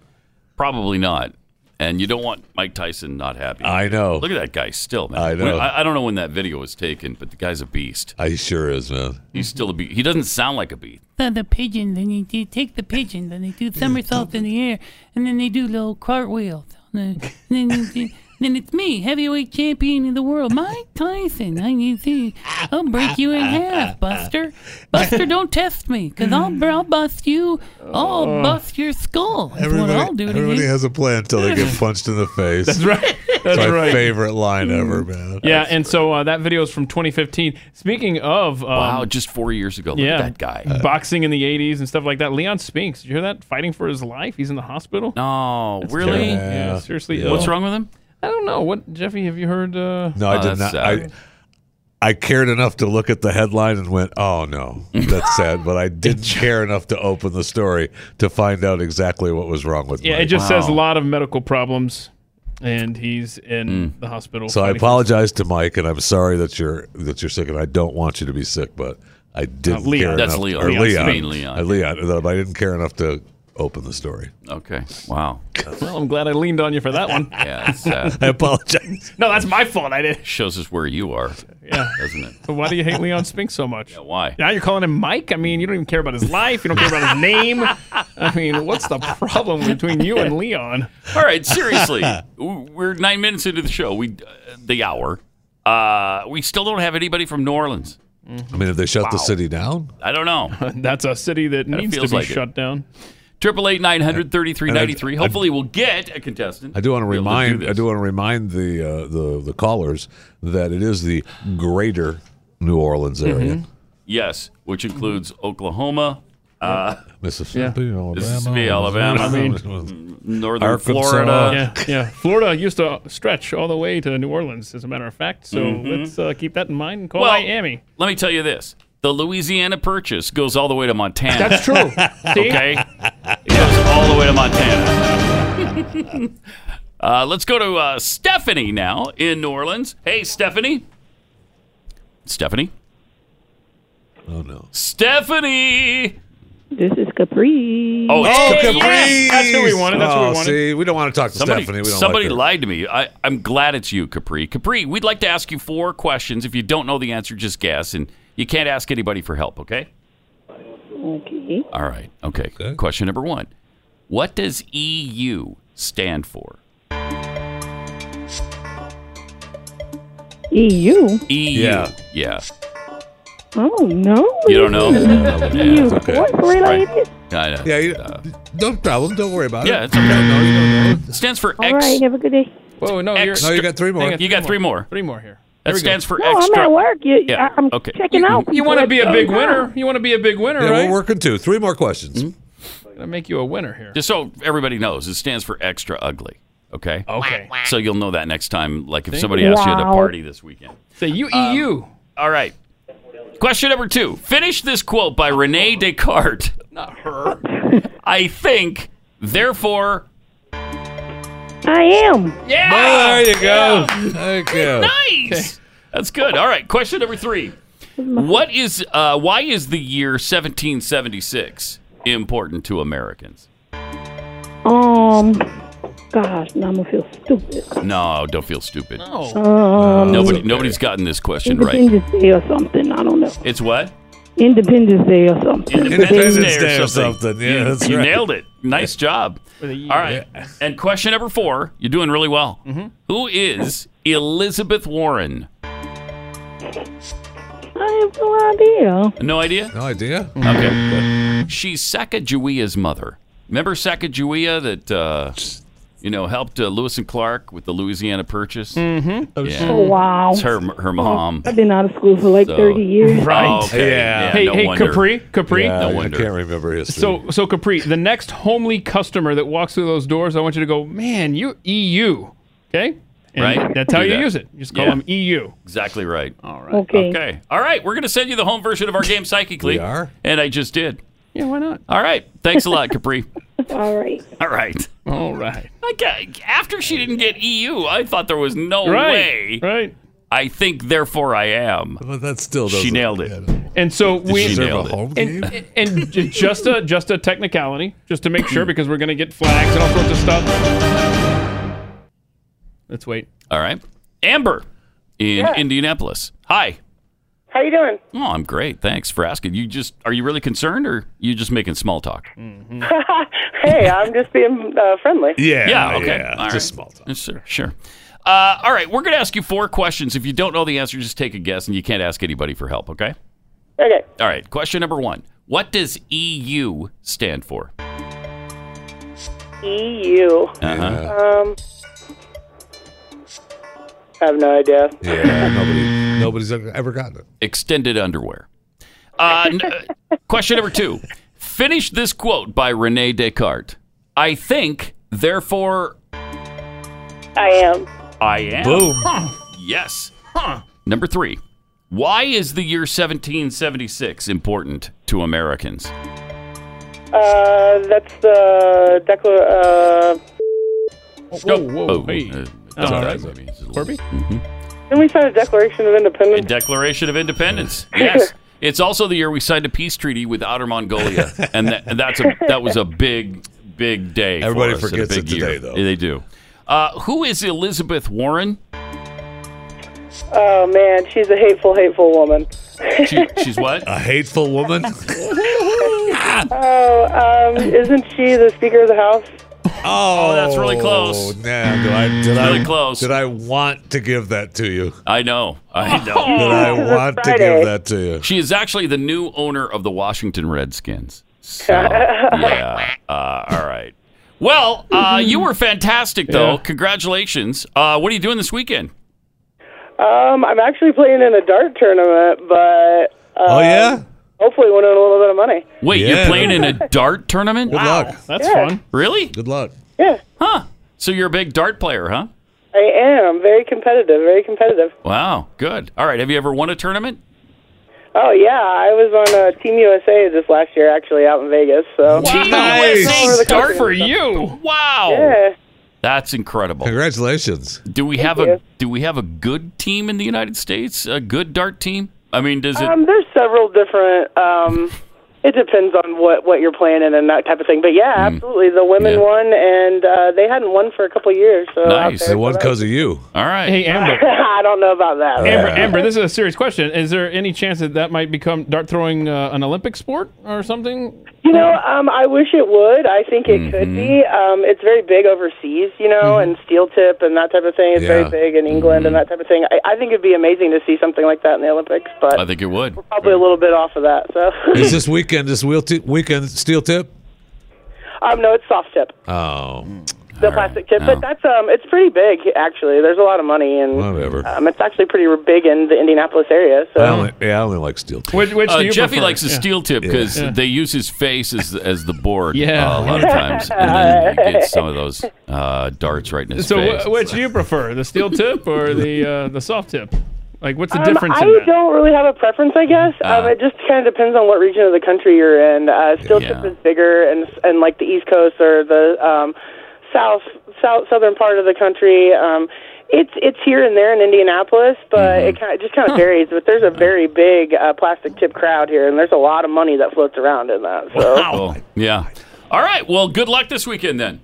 probably not. And you don't want Mike Tyson not happy.
I know.
Look at that guy still, man.
I know.
I, I don't know when that video was taken, but the guy's a beast.
I, he sure is, man.
He's still a beast. He doesn't sound like a beast.
Then the pigeon, then they, they take the pigeon, then they do somersaults in the air, and then they do little cartwheels. And then, and then, they- then it's me, heavyweight champion of the world, Mike Tyson. I need to, I'll break you in half, Buster. Buster, don't test me, because
Mm.
I'll, I'll bust you.
Oh.
I'll bust your skull. That's what I'll do to
everybody
you.
has a plan until they get punched in the face. That's
right. That's
my
right.
favorite line ever, man.
Yeah, and so uh, that video is from 2015. Speaking of, um,
Wow, just four years ago. Look at
yeah,
that guy.
Uh,
boxing in the 80s and stuff like that. Leon Spinks, did you hear that? Fighting for his life. He's in the hospital.
No,
That's
really?
terrible. Yeah, seriously.
Yeah. What's wrong with him? Oh,
I don't know. What, Jeffy? Have you heard? Uh,
No, I did not. I, I cared enough to look at the headline and went, "Oh no, that's sad." But I didn't care enough to open the story to find out exactly what was wrong with.
yeah,
Mike.
it just says a lot of medical problems, and he's in the hospital.
Hmm. So I
fighting for his
apologize to Mike, and I'm sorry that you're that you're sick, and I don't want you to be sick, but I didn't
Uh, Leon.
care
That's
enough.
Leon.
Or
Leon's
Leon.
main Leon.
Uh, Leon. that I didn't care enough to open the story.
Okay. Wow.
Well, I'm glad I leaned on you for that one.
yeah, it's sad.
uh, I apologize.
No, that's my fault. I did.
Shows us where you are.
Yeah.
Doesn't it?
But why do you hate Leon Spinks so much?
why?
Now you're calling him Mike? I mean, you don't even care about his life. You don't care about his name. I mean, what's the problem between you and Leon?
All right, seriously, we're nine minutes into the show. We uh, the hour. Uh, we still don't have anybody from New Orleans.
I mean, if they shut the
Wow.
city down,
I don't know.
That's a city that
Kinda
needs to
feels
be
like it.
shut down.
Triple eight nine hundred thirty three ninety three.
And I- I-
Hopefully, we'll get a contestant.
I do want to
Be able
remind
do
I
this.
do want to remind the uh, the the callers that it is the
Mm-hmm.
Greater New Orleans area.
Yes, which includes Oklahoma, Uh,
Mississippi, Alabama,
Mississippi, Alabama,
I mean,
northern
Arkansas.
Florida.
Yeah, yeah. Florida used to stretch all the way to New Orleans, as a matter of fact. So
Mm-hmm.
Mhm.
let's uh, keep that in mind. and Call
Well,
Miami.
Let me tell you this: the Louisiana Purchase goes all the way to Montana.
That's true. See?
okay, it goes all the way to Montana. Uh, let's go to uh, Stephanie now in New Orleans. Hey, Stephanie. Stephanie.
Oh no.
Stephanie.
This is Capri.
Oh, it's
Oh,
Capri.
Caprice!
That's who we wanted. That's who we
Oh,
wanted.
See, we don't want to talk to
Somebody,
Stephanie. We don't
somebody
like her.
lied to me. I, I'm glad it's you, Capri. Capri, we'd like to ask you four questions. If you don't know the answer, just guess, and you can't ask anybody for help. Okay?
Okay.
All right. Okay. Question number one: What does EU stand for?
EU.
EU. Yeah. E Yeah.
Oh no. E
You don't know?
EU. What's related?
Mm-hmm. I know. Uh,
Yeah, you, no problem. Don't worry about
Yeah,
it.
it's okay.
No, no, you
It stands for
All right. Have a good day.
Whoa, no, you're,
No, you got three more.
Hang on,
You got three more.
Three more here.
That stands for
No, I'm
extra.
at work. You,
Yeah,
I, am
okay.
checking
You-
out.
you
people
wanna
at
be a
the
big
same
winner?
time.
You want to be a big winner,
don't- Yeah,
right?
we're working two. Three more questions.
Hmm?
Gonna make you a winner here.
Just so everybody knows, it stands for extra ugly. Okay.
Okay.
So you'll know that next time. Like if
Thank
somebody
you.
asks you at a
Wow.
party this weekend.
Say you EU.
All right. Question number two. Finish this quote by Rene Descartes.
Not her.
I think, therefore.
I am.
Yeah.
Well, there you go.
Thank you.
Nice. That's good. All right. Question number three. What is? Uh, why is the year 1776 important to Americans?
Um. God, now I'm gonna feel stupid.
No, don't feel stupid.
Um,
Nobody, nobody's gotten this question right.
Independence Day or something. I don't know.
It's what?
Independence Day or something.
Independence Day or something. Yeah,
you,
that's
you
right.
nailed it. Nice job. All right. And question number four. You're doing really well. Who is Elizabeth Warren?
I have no idea.
No idea.
No idea. Mm.
Okay. She's Sacagawea's mother. Remember Sacagawea that uh, you know helped uh, Lewis and Clark with the Louisiana Purchase. Mm-hmm.
Oh, shit. Oh, wow.
It's her her mom.
I've been out of school for like
So-
30 years.
Oh, okay. Yeah.
Hey,
no
hey,
wonder.
Capri, Capri.
Yeah,
No
I
wonder.
can't remember history.
So, so Capri, the next homely customer that walks through those doors, I want you to go, man, you're EU. Okay? And
Right.
That's how
Do
you
that.
use it. You just call E
Yeah.
them EU.
Exactly right. All right.
Okay.
Okay. All right. We're gonna send you the home version of our game psychically.
We are?
And I just did.
Yeah, why not?
All right. Thanks a lot, Capri.
All right.
All right.
All right.
Like, uh, after she didn't get EU, I thought there was no
Right,
way.
Right.
I think, therefore, I am.
But that still
She
doesn't-
nailed it.
And so we
She nailed it.
and, and, and j- just a just a technicality, just to make sure, because we're gonna get flags and all sorts of stuff. Let's wait.
All right. Amber in
Yeah.
Indianapolis. Hi.
How you doing?
Oh, I'm great. Thanks for asking. You just are you really concerned or you just making small talk?
hey, I'm just being uh, friendly.
Yeah. Okay.
yeah,
All
just
right.
small
talk. Sure. Sure. Uh, all right. We're going to ask you four questions. If you don't know the answer, just take a guess, and you can't ask anybody for help. Okay.
Okay.
All right. Question number one. What does EU stand for?
EU.
Uh-huh.
E Um, I have no idea.
yeah, nobody, nobody's ever gotten it.
Extended underwear. Uh, n- uh, question number two. Finish this quote by Rene Descartes. I think, therefore,
I am.
I am.
Boom.
Yes. Number three. Why is the year 1776 important to Americans?
Uh, that's the decla- uh,
Oh, Mm-hmm. uh,
All
done
right.
that, I mean, it's a little-
Didn't we sign a Declaration of
The
Independence?
Declaration of Independence. Yes. It's also the year we signed a peace treaty with Outer Mongolia, and that, and that's a, that was a big, big day. for
Everybody
us and a
forgets
big
it today,
year.
though.
They do. Uh, who is Elizabeth Warren?
oh man, she's a hateful, hateful woman.
She, she's what?
A hateful woman.
Ah!
oh, um, isn't she the Speaker of the House?
Oh,
that's really close.
Nah, do I, did
It's
I,
really close.
Did I want to give that to you?
I know. I know.
Did I want to give that to you?
She is actually the new owner of the Washington Redskins. So, yeah. Uh, all right. Well, uh, you were fantastic, though.
Yeah.
Congratulations. Uh, what are you doing this weekend?
Um, I'm actually playing in a dart tournament, but. Uh,
Oh, yeah?
hopefully winning a little bit of money.
Wait, you're
Yeah.
playing in a dart tournament?
Good Wow, luck. that's Yeah. fun.
Really? Good luck.
Yeah.
Huh. So you're a big dart player, huh?
I am very competitive, very competitive.
Wow. Good. All right. Have you ever won a tournament?
Oh yeah, I was on uh, Team USA this last year, actually out in Vegas. So
Team
Nice. USA
USA
dart
dart for you. Wow.
Yeah.
That's incredible.
Congratulations.
Do we have a do we have a good team in the United States? A good dart team? I mean, does it
Um, there's several different. Um, it depends on what what you're playing in and that type of thing. But Hmm. yeah, absolutely, the women won, and uh, they hadn't won for a couple of years. So out there,
They
so
won
that-
because of you.
All right.
Hey, Amber.
I don't know about that.
Amber, Amber, this is a serious question. Is there any chance that that might become dart throwing uh, an Olympic sport or something?
You know, um, I wish it would. I think it could
Mm-hmm.
be. Um, it's very big overseas, you know, and steel tip and that type of thing. It's
Yeah.
very big in England
Mm-hmm.
and that type of thing. I, I think it'd be amazing to see something like that in the Olympics, but
I think it would.
probably a little bit off of that. So,
Is this weekend, this wheel t- weekend steel tip?
um, no, it's soft tip,
Oh.
the plastic tip, but that's um, it's pretty big actually. There's a lot of money and
Whatever.
Um, it's actually pretty big in the Indianapolis area. So,
I only, yeah, I only like steel tip.
Which, which
Uh,
do you
Jeffy
prefer?
likes the
Yeah.
steel tip because
Yeah.
they use his face as as the board
Yeah.
uh, a lot of times, and then you get some of those uh, darts right in his
So,
face.
wh- which do you prefer, the steel tip or the uh, the soft tip? Like, what's the
Um,
difference
I
in that? Uh.
don't really have a preference, I guess. um, it just kind of depends on what region of the country you're in. Uh, steel tip is bigger, and and like the East Coast or the um, south south southern part of the country. Um, it's it's here and there in Indianapolis, but
Mm-hmm.
it kind of, just kind of varies. But there's a very big uh, plastic tip crowd here, and there's a lot of money that floats around in that. So,
Cool. Yeah. All right. Well, good luck this weekend then.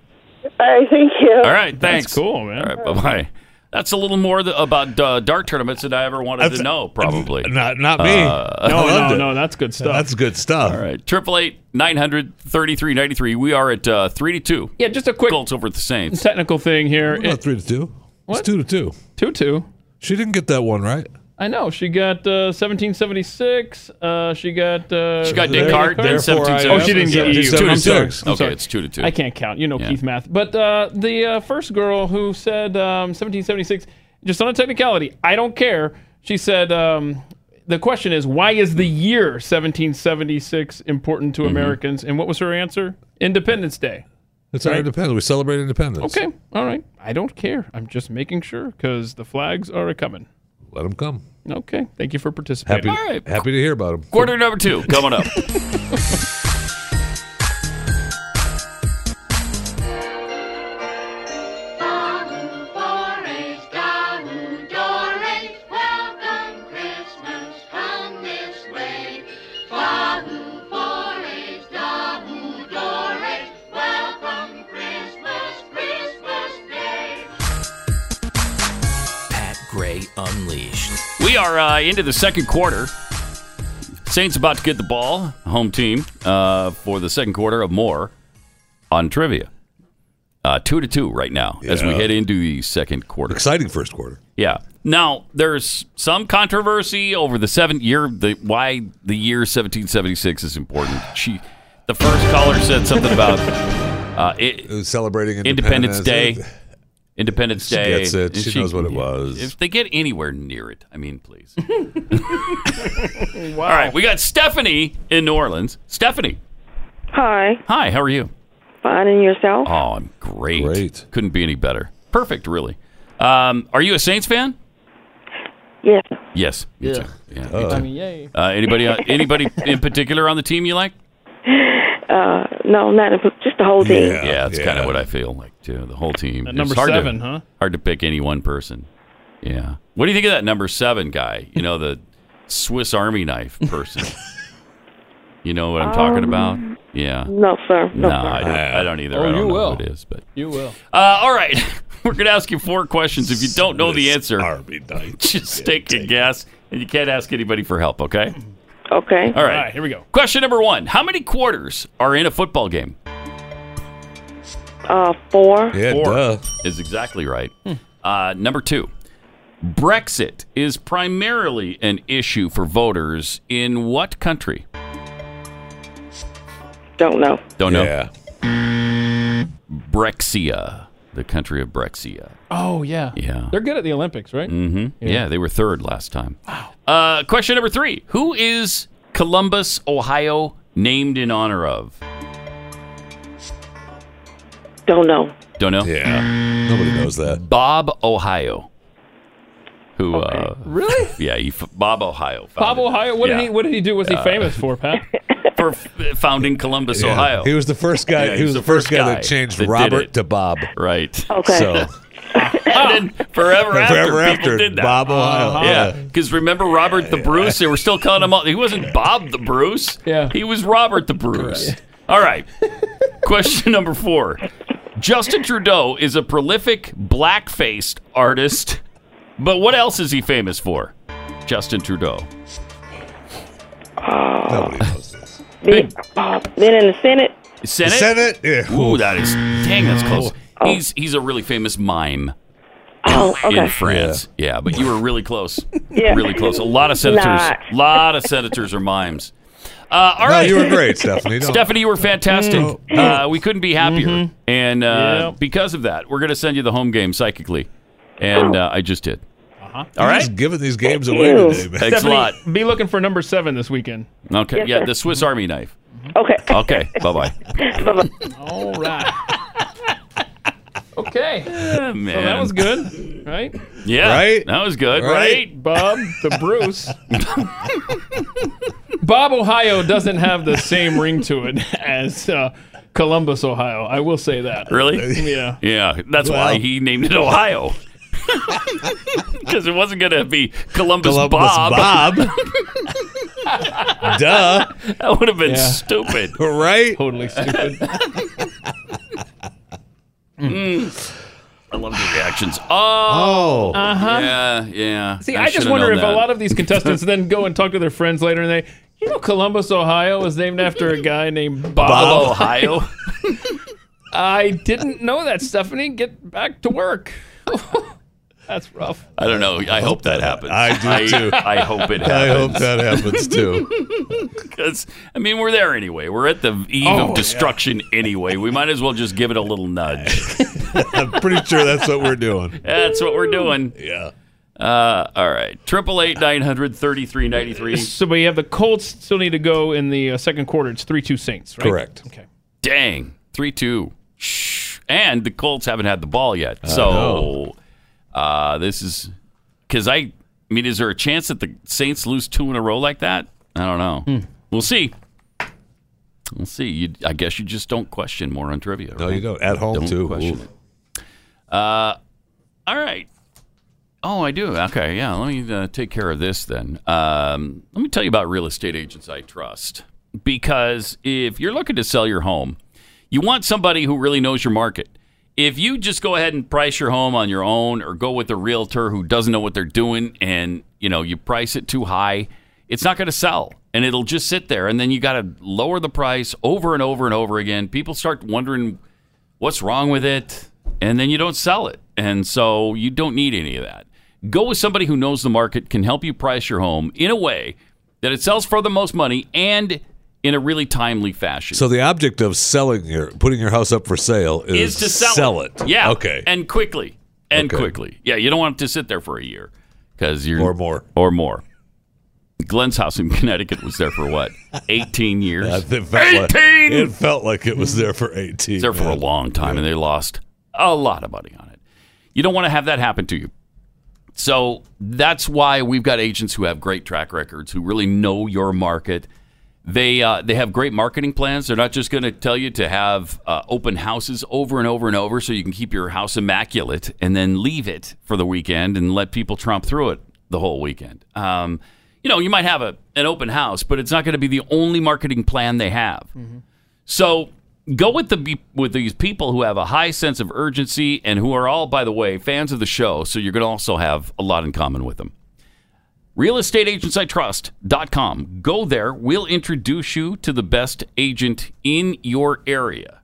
I thank you.
All right. Thanks.
cool, man.
All right. Bye bye. That's a little more th- about uh, dart tournaments than I ever wanted to know. Probably
not. Not me.
Uh,
No,
I loved
no,
it.
no, that's good stuff.
That's good stuff. All
right. Triple eight nine hundred thirty three ninety three. We are at uh, three to two.
Yeah, just a quick
Colts over at the Saints.
technical thing here.
What about
It-
three to two? It's two to two.
Two two.
She didn't get that one right.
I know she got uh, 1776. Uh, she got uh,
She got Descartes, then
Therefore, I-
1776.
Oh, she didn't get you.
Two to
I'm sorry.
two.
I'm
Okay,
sorry.
it's two to two.
I can't count. You know
Yeah.
Keith math. But uh, the uh, first girl who said um, 1776, just on a technicality, I don't care. She said um, the question is why is the year 1776 important
Mm-hmm.
to Americans? And what was her answer? Independence Day.
It's our independence. We celebrate independence.
Okay, all right. I don't care. I'm just making sure because the flags are a coming.
Let them come.
Okay. Thank you for participating.
Happy,
all right.
happy to hear about them.
Quarter number two coming up.
Pat Gray Unleashed.
We are uh, into the second quarter. Saints about to get the ball, home team, uh, for the second quarter of more on trivia. Uh, two to two right now as we
Yeah.
head into the second quarter.
Exciting first quarter.
Yeah. Now there's some controversy over the seventh year, the why the year 1776 is important. She, the first caller said something about uh, it,
celebrating
Independence,
Independence.
Day. Independence
She
Day.
gets it.
And
She knows what it
yeah.
was.
If they get anywhere near it, I mean, please. All right, we got Stephanie in New Orleans. Stephanie,
Hi.
hi, how are you?
Fine and yourself?
Oh, I'm great. Great. Couldn't be any better. Perfect, really. Um, are you a Saints fan?
Yes.
Yes. Me too. Yeah.
Oh.
me too.
I
Uh, anybody? Uh, anybody in particular on the team you like?
Uh, no, not in- just the whole team.
Yeah, that's kind of what I feel like too. The whole team.
At
It's
number
hard to-
seven, huh?
Hard to pick any one person. Yeah. What do you think of that number seven guy? You know, the Swiss Army knife person. you know what I'm talking about?
Um,
Yeah.
No, sir.
No,
No,
I
sir.
don't, I don't either.
Oh,
I don't
you
know
will.
who it is, but
You will.
uh, all right. We're going to ask you four questions. If you don't know the answer, just take a guess, and you can't ask anybody for help, okay?
Okay.
All right.
All right, here we go.
Question number one How many quarters are in a football game?
Uh, four.
Four is exactly right.
Hmm.
Uh, number two, Brexit is primarily an issue for voters in what country?
Don't know.
Don't know.
Yeah.
Brexia, the country of Brexia.
Oh yeah.
Yeah.
They're good at the
Mm-hmm.
Olympics, right?
hmm Yeah. they were third last time. Wow. Uh, question number three: Who is Columbus, Ohio, named in honor of?
Don't know.
Don't know. Yeah, nobody knows that. Bob Ohio, who uh,
Really?
yeah, he, f- Bob Ohio.
Bob
founded-
Ohio. What did
Yeah. Uh,
he? What did he do? Was
Yeah.
he famous for, Pat?
for f- founding Columbus,
Yeah.
Ohio?
He was the first guy.
Yeah,
he was the first guy, that changed
that did
Robert
it.
to Bob.
Right.
Okay. So
And then forever after,
Forever
people
after,
did that. Uh-huh.
Bob Ohio.
Yeah, because remember Robert the Bruce? They were still calling him. all- He wasn't Bob the Bruce. Yeah, he was Robert the Bruce. All right. Question number four: Justin Trudeau is a prolific black-faced artist, but what else is he famous for? Justin Trudeau.
Been, uh, been in the Senate.
Senate.
Senate?
Yeah.
Ooh, that is dang. That's close. He's he's a really famous mime.
Oh, okay.
in France. Yeah. but you were really close.
Yeah.
Really close. A lot of senators.
Not.
A lot of senators are mimes. Uh, all
No,
right.
you were great, Stephanie. Don't-
Stephanie, you were fantastic. Uh, we couldn't be happier.
Mm-hmm.
And uh, because of that, we're going to send you the home game psychically. And uh, I just did.
Uh-huh.
All right.
giving these games
away Ew. today, man. Thanks a
Stephanie,
lot.
Be looking for number seven this weekend.
Okay.
Yes,
yeah,
sir.
the Swiss Army knife.
Okay.
Okay. bye bye.
All right. okay. So that
man.
was good, right?
Yeah. Right? That was good, right?
Bob the Bruce. Bob Ohio doesn't have the same ring to it as uh, Columbus, Ohio. I will say that.
Really?
Yeah.
Yeah. That's why
Well.
he named it Ohio. Because it wasn't going to be Columbus,
Columbus
Bob.
Bob.
Duh. That would have been
Yeah.
stupid.
right?
Totally stupid.
Mm. I love the reactions. Oh.
Oh. Uh-huh.
Yeah, yeah.
See, I, just
shoulda
wonder
known
if
that.
a lot of these contestants then go and talk to their friends later and they, you know, Columbus, Ohio is named after a guy named Bob,
Bob Ohio.
I didn't know that, Stephanie. Get back to work. That's rough.
I don't know. I hope that happens.
I do too.
I hope it happens.
I hope that happens too.
Because, I mean, we're there anyway. We're at the eve
Oh, yeah.
of destruction anyway. We might as well just give it a little nudge.
I'm pretty sure that's what we're doing.
That's what we're doing.
Yeah.
Uh, all right. Triple eight nine hundred thirty three ninety three.
So, but you have the Colts still need to go in the uh, second quarter. It's 3 2 Saints, right?
Correct.
Okay.
Dang. Three two. Shh. And the Colts haven't had the ball yet. So uh, this is because I, I mean, is there a chance that the Saints lose two in a row like that? I don't know. We'll see. We'll see. You, I guess you just don't question more on trivia.
No,
right?
you don't. At home
Don't
too.
question
Oof.
it. Uh, all right. Oh, I do. Okay, yeah. Let me uh, take care of this then. Um, let me tell you about real estate agents I trust because if you're looking to sell your home, you want somebody who really knows your market. If you just go ahead and price your home on your own or go with a realtor who doesn't know what they're doing and, you know, you price it too high, it's not going to sell and it'll just sit there and then you got to lower the price over and over and over again. People start wondering what's wrong with it, and then you don't sell it. And so you don't need any of that. Go with somebody who knows the market, can help you price your home in a way that it sells for the most money and in a really timely fashion.
So the object of selling your putting your house up for sale is,
Is to sell,
it.
Yeah.
Okay.
And quickly. And
Okay.
quickly. Yeah, you don't want it to sit there for a year because you're
Or more.
Or more. Glenn's house in Connecticut was there for what? 18 years.
It felt like-
18!
it felt like it was there for 18.
It's there for a long time, and they lost a lot of money on it. You don't want to have that happen to you. So that's why we've got agents who have great track records, who really know your market. They uh, they have great marketing plans. They're not just going to tell you to have uh, open houses over and over and over so you can keep your house immaculate and then leave it for the weekend and let people tromp through it the whole weekend. Um, you know, you might have a, an open house, but it's not going to be the only marketing plan they have. So go with the with these people who have a high sense of urgency and who are all, by the way, fans of the show. So you're going to also have a lot in common with them. RealestateAgentsITrust.com. Go there. We'll introduce you to the best agent in your area.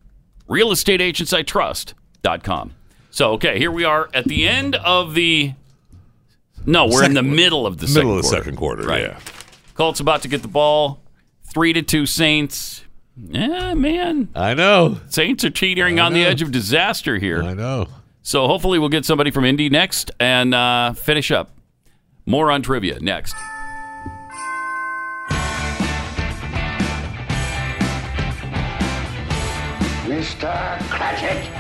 RealestateAgentsITrust.com. So okay, here we are at the end of the. No, Oh, we're in the
Second-
middle of the
middle
second
of the
quarter.
second quarter,
Right.
yeah.
Colts about to get the ball. Three to two Saints. Yeah, man.
I know.
Saints are teetering on the edge of disaster here. I
know.
So hopefully we'll get somebody from Indy next and uh, finish up. More on trivia next.
Mr. Cratchit.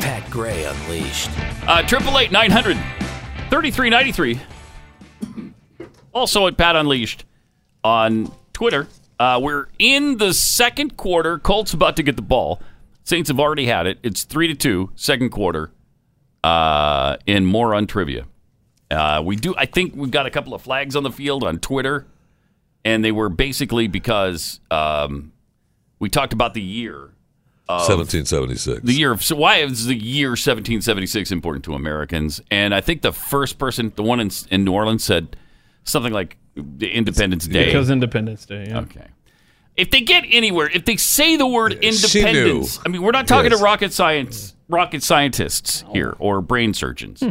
Pat Gray Unleashed.
Uh, Triple eight nine hundred thirty three ninety three. Also at Pat Unleashed on Twitter. Uh, we're in the second quarter. Colts about to get the ball. Saints have already had it. It's three to two, second quarter. Uh, in more on trivia, uh, we do. I think we've got a couple of flags on the field on Twitter, and they were basically because um, we talked about the year of
1776.
the year of so why is the year 1776 important to Americans? And I think the first person, the one in, in New Orleans, said something like the Independence Day.
Because Independence Day. Yeah.
Okay. if they get anywhere, if they say the word
she knew.
independence, I mean, we're not talking
Yes.
to rocket science, rocket scientists here or brain surgeons.
Hmm.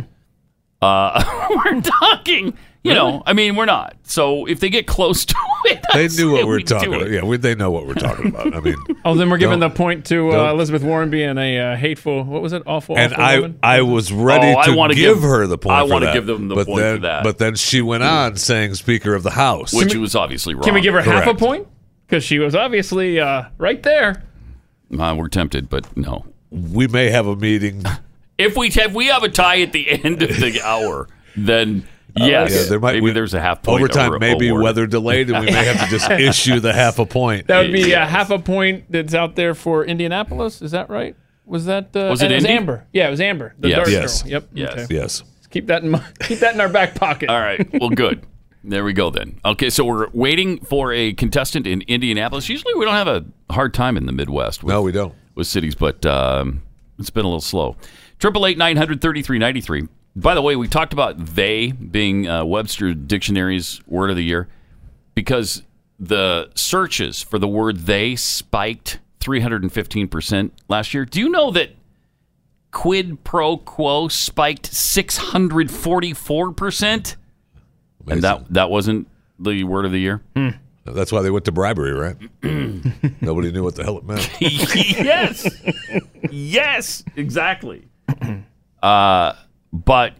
Uh, we're talking, you know, I mean, we're not. So if they get close to it,
They knew what we're
we do
talking
it.
about. Yeah, we, they know what we're talking about. I mean,
Oh, then we're giving
Don't-
the point to uh,
don't-
Elizabeth Warren being a uh, hateful. What was it? Awful.
and
awful
I,
woman?
I was ready
Oh, I
to
wanna
give,
give-
her the point.
I
for
wanna
that.
give them the
but
point for
then,
that.
But then she went on saying Speaker of the House,
Mm. Which Can we- was obviously
Can we give her half a
Correct.
point? Because she was obviously uh, right there.
Uh, we're tempted, but no.
We may have a meeting. Uh,
If we if we have a tie at the end of the hour, then yes,
yeah, there might
maybe there's a half point
Overtime
over-
may be
awarded.
weather delayed, and we may have to just issue the half a point.
That would be uh, half a point that's out there for Indianapolis. Is that right? Was that uh,
Was it
was
Indy?
Amber? Yeah, it was Amber. The
Yes.
dark
Yes.
girl. Yep.
Yes.
Okay.
Yes.
Keep that in mind. Keep that in our back pocket.
All right. Well, good. There we go then. Okay, so we're waiting for a contestant in Indianapolis. Usually we don't have a hard time in the Midwest. With, no, we don't. With cities, but um, it's been a little slow. Triple eight nine hundred thirty three ninety three. By the way, we talked about they being uh, Webster Dictionary's word of the year because the searches for the word they spiked three hundred and fifteen percent last year. Do you know that quid pro quo spiked six hundred forty four percent? And that that wasn't the word of the year.
Hmm.
That's why they went to bribery, right? Nobody knew what the hell it meant.
yes, yes, exactly. Uh, but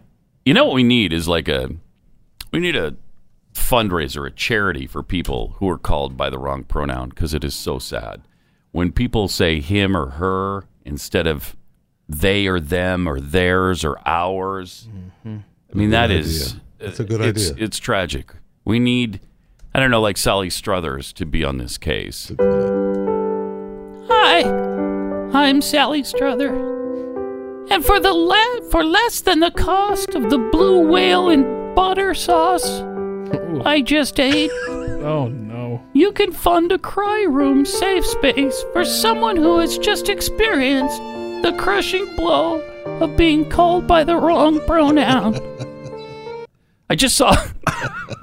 you know what we need is like a we need a fundraiser, a charity for people who are called by the wrong pronoun because it is so sad when people say him or her instead of they or them or theirs or ours. I mean, that
Good
is
idea. Mm-hmm. That's a good
it's,
idea.
It's tragic. We need, I don't know, like Sally Struthers to be on this case.
Hi, I'm Sally Struther. And for the le- for less than the cost of the blue whale and butter sauce I just ate,
Oh no.
you can fund a cry room safe space for someone who has just experienced the crushing blow of being called by the wrong pronoun.
I just saw.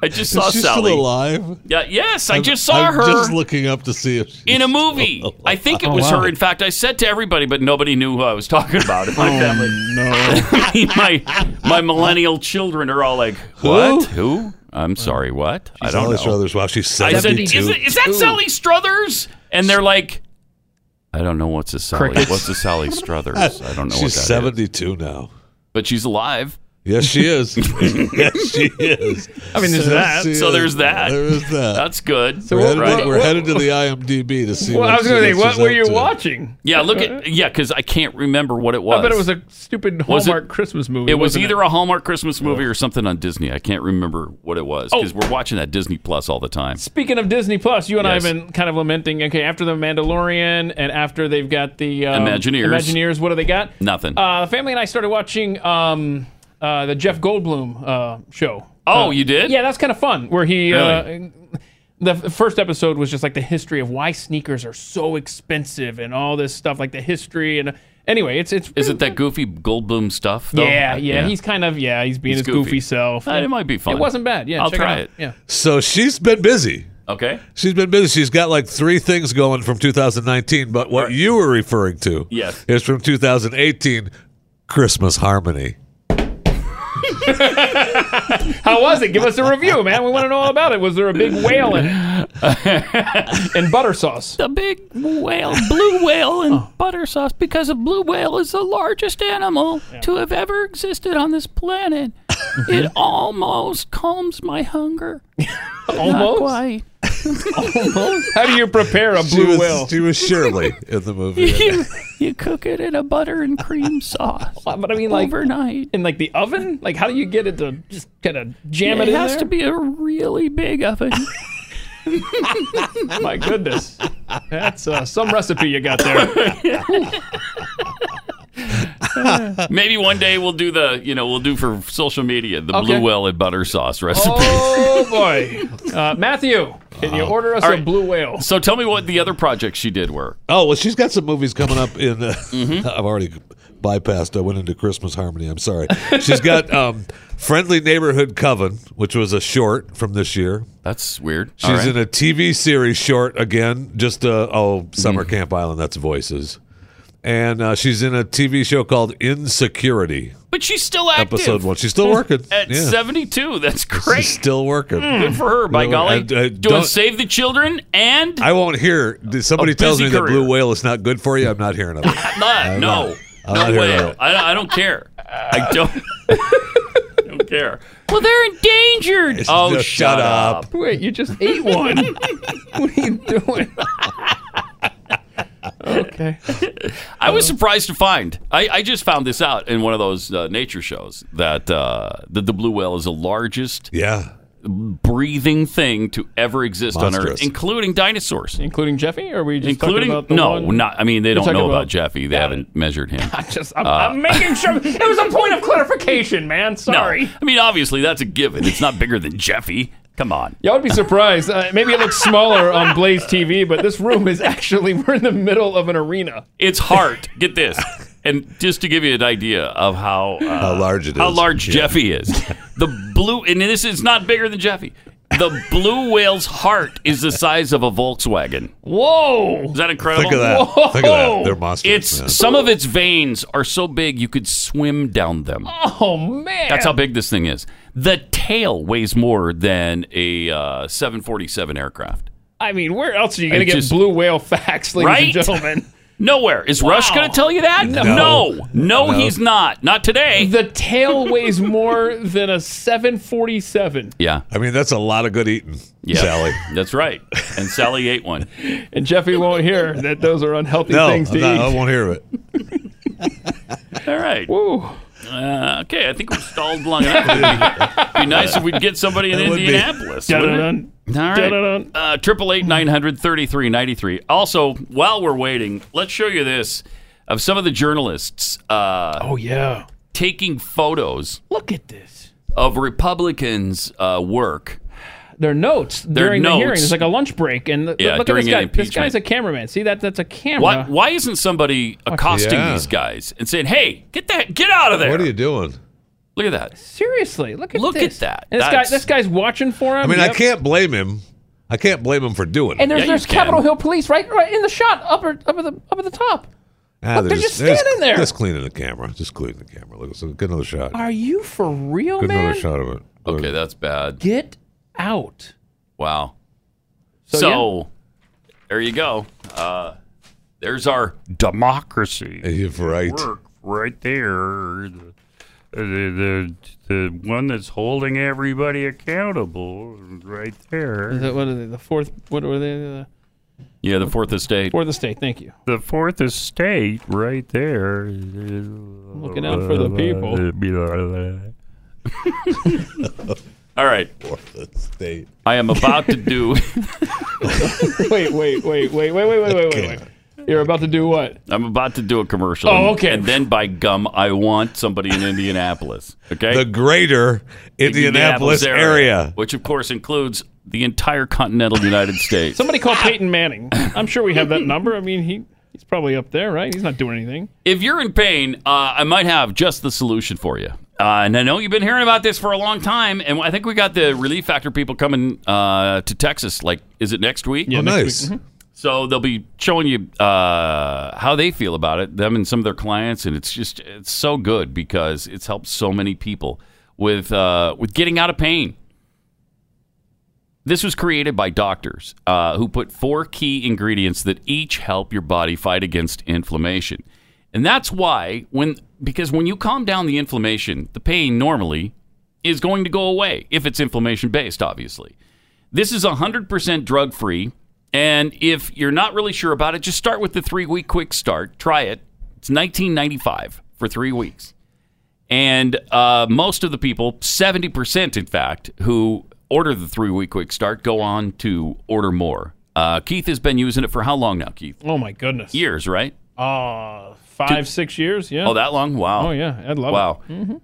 I just saw
Is she
Sally.
still alive?
Yeah, yes, I
I'm-
just saw
I'm
her
Just looking up to see if she's
in a movie.
still
I think it
alive.
was her. In fact, I said to everybody, but nobody knew who I was talking about in my
Oh,
family. No, my my millennial children are all like, "What? Who? I'm sorry, what? I don't
Sally
know."
Struthers. Wow, she's
I said,
seventy-two.
is, it, is that Sally Struthers? And they're like, I don't know what's a Sally.
Crickets.
What's a Sally Struthers? I don't know. what
She's
that is.
seventy-two now.
but she's alive.
Yes, she is. yes, she is.
I mean, there's that.
she
So there's that.
There is that.
That's good.
we're, headed,
right?
we're headed to the IMDb to see.
Well, I was
going
gonna
to
say, what were you watching?
Yeah, look at yeah, because I can't remember what it was.
I bet it was a stupid
Was it-
Hallmark Christmas movie.
It was
wasn't
either a Hallmark Christmas movie or something on Disney. I can't remember what it was
Oh.
because we're watching that Disney Plus all the time.
Speaking of Disney Plus, you and
Yes.
I have been kind of lamenting. Okay, after the Mandalorian and after they've got the um,
Imagineers.
Imagineers, what do they got?
Nothing.
Uh, the family and I started watching um, uh, the Jeff Goldblum uh, show.
Oh,
Uh,
you did?
Yeah, that's kind of fun. Where he
Really?
uh, the f- first episode was just like the history of why sneakers are so expensive and all this stuff, like the history and anyway, it's it's
Is it that goofy Goldblum stuff? Though? Uh,
yeah, yeah, He's kind of yeah, he's being
He's
his goofy,
goofy.
self.
Uh, it might be fun.
It wasn't bad. Yeah,
I'll
check
try
it.
it.
Out. Yeah.
So she's been busy.
Okay.
She's been busy. She's got like three things going from 2019, but what you were referring to
Yes.
is from 2018 Christmas Harmony.
How was it? Give us a review, man. We want to know all about it. Was there a big whale in, in butter sauce?
The big whale, blue whale, and
Oh.
butter sauce because a blue whale is the largest animal to have ever existed on this planet.
It almost calms my hunger. But not
Almost?
quite.
How do you prepare a
she
blue
was,
whale?
She was Shirley in the movie.
you, you cook it in a butter and cream sauce.
But I mean, like
overnight
in like the oven. Like, how do you get it to just kind of jam
Yeah,
it,
it
in
has
there?
to be a really big oven.
My goodness, that's uh, some recipe you got there.
Maybe one day we'll do the, you know, we'll do for social media the
Okay.
blue whale and butter sauce recipe.
oh boy, uh, Matthew, can you order us
All
a
right.
blue whale?
So tell me what the other projects she did were.
Oh well, she's got some movies coming up. In uh,
Mm-hmm.
I've already bypassed. I went into Christmas Harmony. I'm sorry. She's got um, Friendly Neighborhood Coven, which was a short from this year.
That's weird.
She's
All right.
in a TV series short again. Just uh, oh,
Mm-hmm.
Summer Camp Island. That's Voices, and uh, she's in a TV show called Insecurity.
But she's still active.
Episode one. She's still working.
At
Yeah.
72. That's great. Mm.
She's still working.
Good for her, by
You know,
golly.
I- I
Doing
don't-
Save the Children and
I won't hear. If somebody
A
tells
busy
me that
career.
blue whale is not good for you. I'm not hearing of it.
not. No.
I'm
no
Uh, not Uh. hearing
way.
about
I, I don't care. I don't, don't care.
Well, they're endangered.
Oh,
Just shut
shut up.
up.
Wait, you just ate one. what are you doing? okay.
I was
Uh-huh.
surprised to find. I, I just found this out in one of those uh, nature shows that uh, that the blue whale is the largest
yeah
breathing thing to ever exist on Earth,
Monstrous.
including dinosaurs.
Including Jeffy? Or are we just
Including
talking about the
no,
one-
not. I mean, they
You're
don't
talking
know about,
about-
Jeffy. They haven't measured him.
I just, I'm,
Uh,
I'm making sure. It was a point of clarification, man. Sorry.
No, I mean obviously that's a given. It's not bigger than Jeffy. Come on.
Y'all would be surprised. Uh, maybe it looks smaller on Blaze TV, but this room is actually, we're in the middle of an arena.
Its heart. Get this. And just to give you an idea of how uh,
How large it
how
is.
large
Yeah.
Jeffy is, the blue and this is not bigger than Jeffy. The blue whale's heart is the size of a Volkswagen.
Whoa.
Is that incredible?
Think of that. Think of that. They're monsters.
It's
man.
some of its veins are so big you could swim down them.
Oh, man.
That's how big this thing is. The tail weighs more than a uh, 747 aircraft.
I mean, where else are you going to
It
get
just-
blue whale facts, ladies
Right?
and gentlemen?
Nowhere. Is Rush
Wow.
going to tell you that?
No.
No, No, he's not. Not today.
The tail weighs more than a 747.
yeah.
I mean, that's a lot of good eating,
Yeah.
Sally.
That's right. And Sally ate one.
And Jeffy won't hear that those are unhealthy
No,
things to
I'm not- I
eat.
won't hear of it.
All right.
Woo.
Uh, okay, I think we've stalled long enough. It'd be, be nice if we'd get somebody in
That would be-
Indianapolis. wouldn't it?
Dun-dun-dun.
All right.
Dun-dun-dun.
Uh, Triple eight nine hundred thirty three ninety three. Also, while we're waiting, let's show you this of some of the journalists uh,
Oh, yeah.
taking photos
Look at this.
of Republicans' uh, work.
Their notes
Their
during the hearing.
notes.
It's like a lunch break. And the,
Yeah,
look
during
at this
an
guy. This
impeachment.
guy's a cameraman. See that? That's a
Why,
camera.
why isn't somebody accosting
Yeah.
these guys and saying, "Hey, get that, get out of there"?
What are you doing?
Look at that.
Seriously, look at
Look
this.
at that.
And this
That's-
guy, this guy's watching for him.
I mean, I
Yep.
can't blame him. I can't blame him for doing it.
And there's
Yeah, you
there's
can.
Capitol Hill police right right in the shot upper up at the up at the top.
Ah,
look, they're just standing there.
Just cleaning the camera. Just cleaning the camera. Look, so get another shot.
Are you for real,
Get
man?
another shot of it.
Okay, that's bad.
Get out.
Wow. So,
So,
there you go. Uh, there's our democracy.
You're right.
work right there. The, the, the, the one that's holding everybody accountable right there.
Is that, what are they? The fourth? What were they? The
Yeah, the Fourth Estate.
fourth estate. Thank you.
The fourth estate right there.
Looking out for the
people.
All right,
State.
I am about to do.
wait, wait, wait, wait, wait, wait, wait, wait, wait, wait. You're about to do what?
I'm about to do a commercial.
Oh, okay.
And then by gum, I want somebody in Indianapolis. Okay.
The greater Indianapolis, area.
which of course includes the entire continental United States.
Somebody call Peyton Manning. I'm sure we have that number. I mean, he he's probably up there, right? He's not doing anything.
If you're in pain, uh, I might have just the solution for you. Uh, and I know you've been hearing about this for a long time, and I think we got the Relief Factor people coming uh, to Texas. Like, is it next week? Mm-hmm.
Oh, nice.
So they'll be showing you uh, how they feel about it, them and some of their clients, and it's just it's so good because it's helped so many people with uh, with getting out of pain. This was created by doctors uh, who put four key ingredients that each help your body fight against inflammation, and that's why when because when you calm down the inflammation, the pain normally is going to go away if it's inflammation based, obviously. This is 100% drug free. And if you're not really sure about it, just start with the three week quick start. Try it. It's 1995 for three weeks. And uh, most of the people, 70% in fact, who order the three week quick start go on to order more. Uh, Keith has been using it for how long now, Keith?
Oh my goodness.
Years, right?
Uh, five,
Dude.
six years. Yeah.
Oh, that long? Wow.
Oh yeah, I'd love
Wow.
it. Mhm.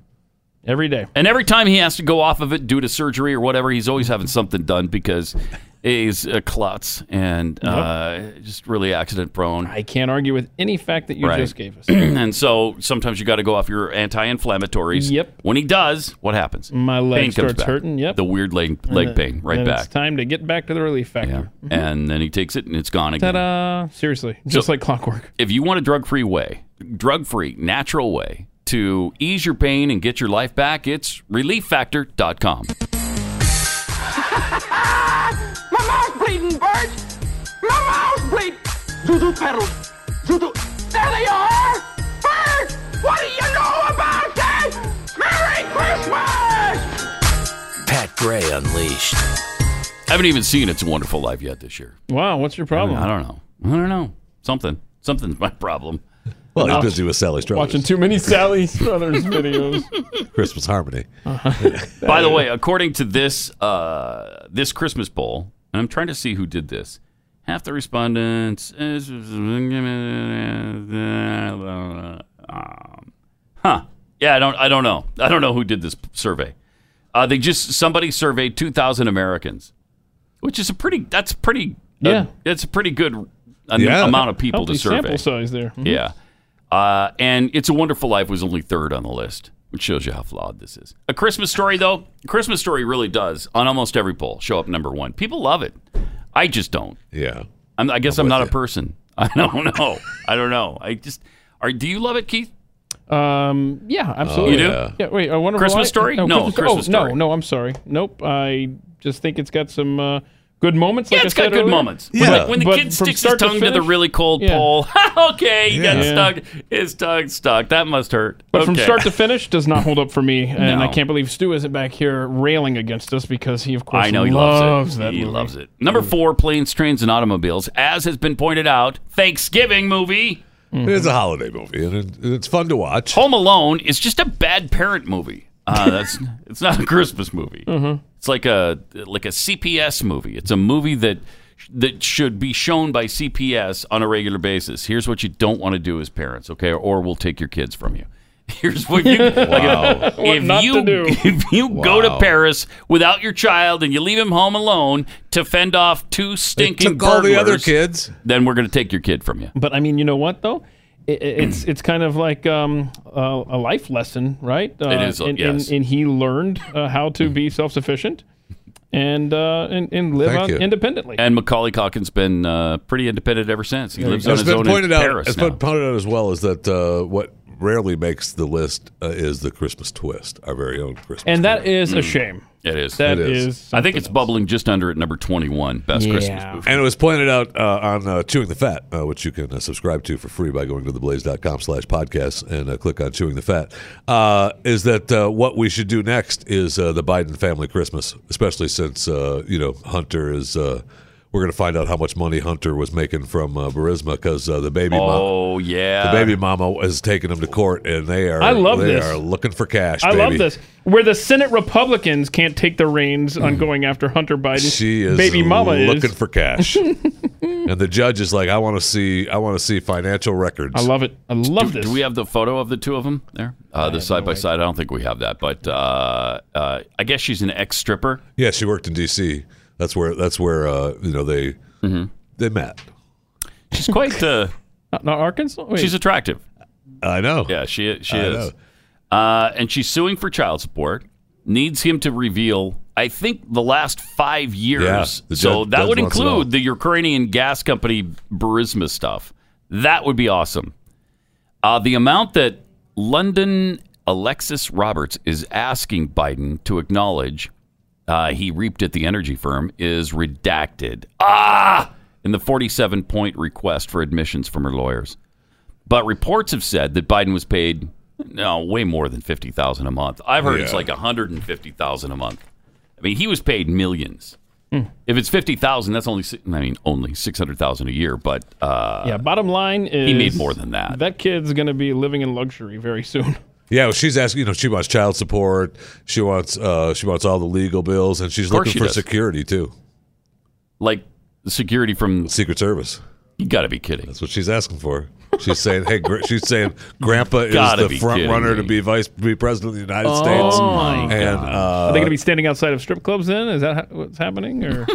Every day.
And every time he has to go off of it due to surgery or whatever, he's always having something done because he's a klutz and uh, just really accident prone.
I can't argue with any fact that you just gave us.
and so sometimes you got to go off your anti-inflammatories.
Yep.
When he does, what happens?
My leg
pain comes
starts
back.
hurting, yep.
The weird leg
And
leg
then-
pain right
then
back.
It's time to get back to the relief factor.
Mm-hmm. And then he takes it and it's gone again.
Ta-da! Seriously, uh, just like clockwork.
If you want a drug-free way, drug-free, natural way to ease your pain and get your life back, it's relieffactor.com.
My mouth's bleeding, Bert! My mouth's bleeding! Zuzu pedals! Zuzu! There they are! Bert! What do you know about that? Merry Christmas!
Pat Gray Unleashed. I haven't even seen It's a Wonderful Life yet this year.
Wow, what's your problem?
I don't know. I don't know. Something. Something's my problem.
Well, he's
Uh,
busy with Sally Struthers.
Watching too many Sally Struthers videos.
Christmas Harmony.
By the way, according to this uh, this Christmas poll, and I'm trying to see who did this. Half the respondents, um, huh? Yeah, I don't, I don't know, I don't know who did this survey. Uh, they just somebody surveyed 2,000 Americans, which is a pretty, that's pretty,
Yeah.
that's a pretty good an-
Yeah.
amount of people to
Healthy
survey.
sample size there. Mhm.
Yeah. Uh, and It's a Wonderful Life was only third on the list, which shows you how flawed this is. A Christmas Story, though, Christmas Story really does, on almost every poll, show up number one. People love it. I just don't.
Yeah.
I'm, I guess I'm, not a person. I don't know. I don't know. I just. Are, do you love it, Keith?
Um, yeah, absolutely.
You do?
Yeah. wait, I wonder.
Christmas Story?
No,
No,
Christmas,
Christmas
oh,
Story.
No, no, I'm sorry. Nope. I just think it's got some uh, good moments.
Yeah,
like
it's
I said
got good
earlier.
moments.
But-
Like when the
but
kid
from
sticks his
start
tongue to, the
finish-
really cold
Yeah.
pole. okay, you
Yeah.
got stuck. His tongue stuck. That must hurt.
But from
Okay.
start to finish, does not hold up for me, and
No.
I can't believe Stu isn't back here railing against us because he, of course,
I know he
loves,
loves, it.
that.
he
movie. Mm.
loves it. Number four, planes, trains, and automobiles. As has been pointed out, Thanksgiving movie.
It is a holiday movie, and it, it's fun to watch.
Home Alone is just a bad parent movie. Uh, that's it's not a Christmas movie.
Mhm.
It's like a like a CPS movie. It's a movie that that should be shown by CPS on a regular basis. Here's what you don't want to do as parents, okay? Or we'll take your kids from you. Here's what you
Wow.
if
What not to
you
do.
if you go to
Wow.
Paris without your child and you leave him home alone to fend off two stinking
took all the other
burglars,
kids.
then we're going to take your kid from you.
But I mean, you know what though? It, it- it's it's kind of like um, uh, a life lesson, right? Uh,
is,
And,
yes.
and, and he learned uh, how to be self sufficient and, uh, and and live
Thank
on
you.
independently.
And Macaulay Calkin's been uh, pretty independent ever since. He lives on
It's
his
been
own in
pointed out.
Paris
it's
now.
been pointed out as well is that uh, what rarely makes the list uh, is the Christmas twist, our very own Christmas.
And that is a
Mm.
shame.
It is.
That It is. is
I think it's bubbling just under at number 21, best
Yeah.
Christmas movie.
And it was pointed out uh, on uh, Chewing the Fat, uh, which you can uh, subscribe to for free by going to theblaze.com slash podcast and uh, click on Chewing the Fat, uh, is that uh, what we should do next is uh, the Biden family Christmas, especially since, uh, you know, Hunter is... Uh, we're going to find out how much money Hunter was making from uh, Burisma because uh, the baby mom,
Oh, yeah.
the baby mama is taking him to court, and they are
I love
they
this.
are looking for cash.
I
baby.
love this. Where the Senate Republicans can't take the reins on
Mm.
going after Hunter Biden.
She is
baby mama is.
looking for cash, and the judge is like, "I want to see, I want to see financial records."
I love it. I love
do,
this.
Do we have the photo of the two of them there? Uh, the side by side. I don't think we have that, but uh, uh, I guess she's an ex stripper.
Yeah, she worked in D.C. That's where that's where uh, you know they
Mm-hmm.
they met.
She's quite. Uh,
not, not Arkansas? Wait.
She's attractive.
I know.
Yeah, she she
I
is. Uh, and she's suing for child support. Needs him to reveal. I think the last five years.
Yeah, the
so
judge-
that
judge
would
wants it all.
include the Ukrainian gas company Burisma stuff. That would be awesome. Uh, the amount that London Alexis Roberts is asking Biden to acknowledge uh, he reaped at the energy firm is redacted. Ah! In the 47 point request for admissions from her lawyers. But reports have said that Biden was paid No, way more than fifty thousand a month. I've heard it's
Yeah.
like a hundred and fifty thousand a month. I mean, he was paid millions. If it's fifty thousand, that's only si- I mean only six hundred thousand a year. But uh,
yeah, bottom line is
he made more than that.
That kid's going to be living in luxury very soon.
Yeah, well, she's asking. You know, she wants child support. She wants. Uh, she wants all the legal bills, and she's
Of course
looking
she
for
does.
security too.
Like security from
Secret Service.
You got to be kidding.
That's what she's asking for. She's saying, "Hey, gra- she's saying, Grandpa is
Gotta
the
be
front
kidding
runner
me.
to be vice be president of the United
Oh,
States."
my
and,
God.
Uh,
are they going to be standing outside of strip clubs then? Is that ho- what's happening? Or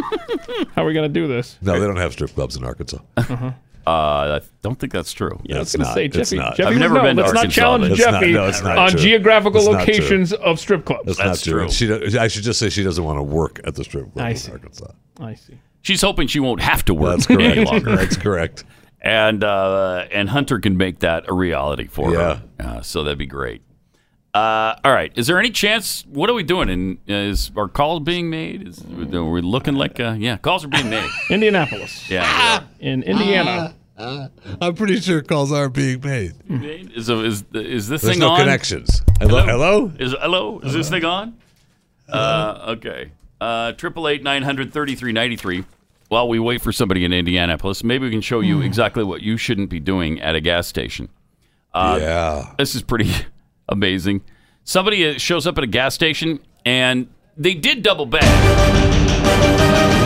how are we going to do this?
No, they don't have strip clubs in Arkansas.
Uh-huh.
Uh, I don't think that's true.
Yeah, I was
It's
going to
not.
say,
It's
Jeffy.
not.
Jeffy
I've
was-
never
no,
been to
let's not
Arkansas, but
challenge
it's not-
Jeffy
no, it's not
on
true.
geographical
It's not true.
locations of strip
That's,
clubs.
not true. And She, don't- I should just say she doesn't want to work at the strip club in Arkansas.
I see.
She's hoping she won't have to work
That's correct.
any longer.
That's correct.
And uh, and Hunter can make that a reality for her. Uh, so that'd be great. Uh, all right. Is there any chance? What are we doing? And is are calls being made? Is, are we looking like? Uh, yeah, calls are being made.
Indianapolis.
Yeah.
In Indiana.
Ah, I'm pretty sure calls aren't being made.
Hmm.
Uh,
Is is is this
There's
thing
no
on?
connections. Hello- hello? Uh-huh.
Is hello? Is this thing on? Uh, okay. Uh, Triple eight nine hundred thirty three ninety three. While we wait for somebody in Indianapolis, maybe we can show
Hmm.
you exactly what you shouldn't be doing at a gas station. Uh,
yeah.
This is pretty amazing. Somebody uh, shows up at a gas station and they did double back.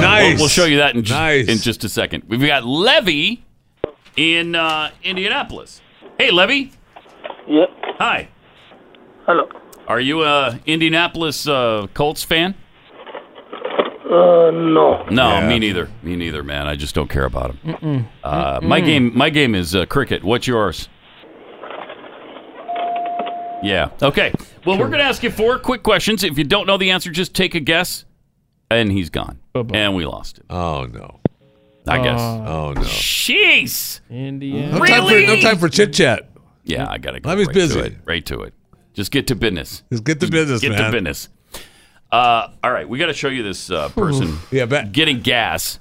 Nice.
We'll, we'll show you that in, ju- in just a second. We've got Levy in uh, Indianapolis. Hey, Levy.
Yep.
Hi.
Hello.
Are you a Indianapolis uh, Colts fan?
Uh, no.
No, me neither. Me neither, man. I just don't care about them.
Mm-mm.
Uh, my
Mm-mm.
game, my game is uh, cricket. What's yours? Yeah. Okay. Well, we're going to ask you four quick questions. If you don't know the answer, just take a guess. And he's gone. And we lost him.
Oh no.
I guess.
Oh no.
Jeez.
Indiana.
No time for no time for chit chat.
Yeah, I gotta go.
Levy's
right
busy.
To it, right to it. Just get to business.
Just get to business,
Get
man.
to business. Uh, all right, we got to show you this uh, person. yeah, getting gas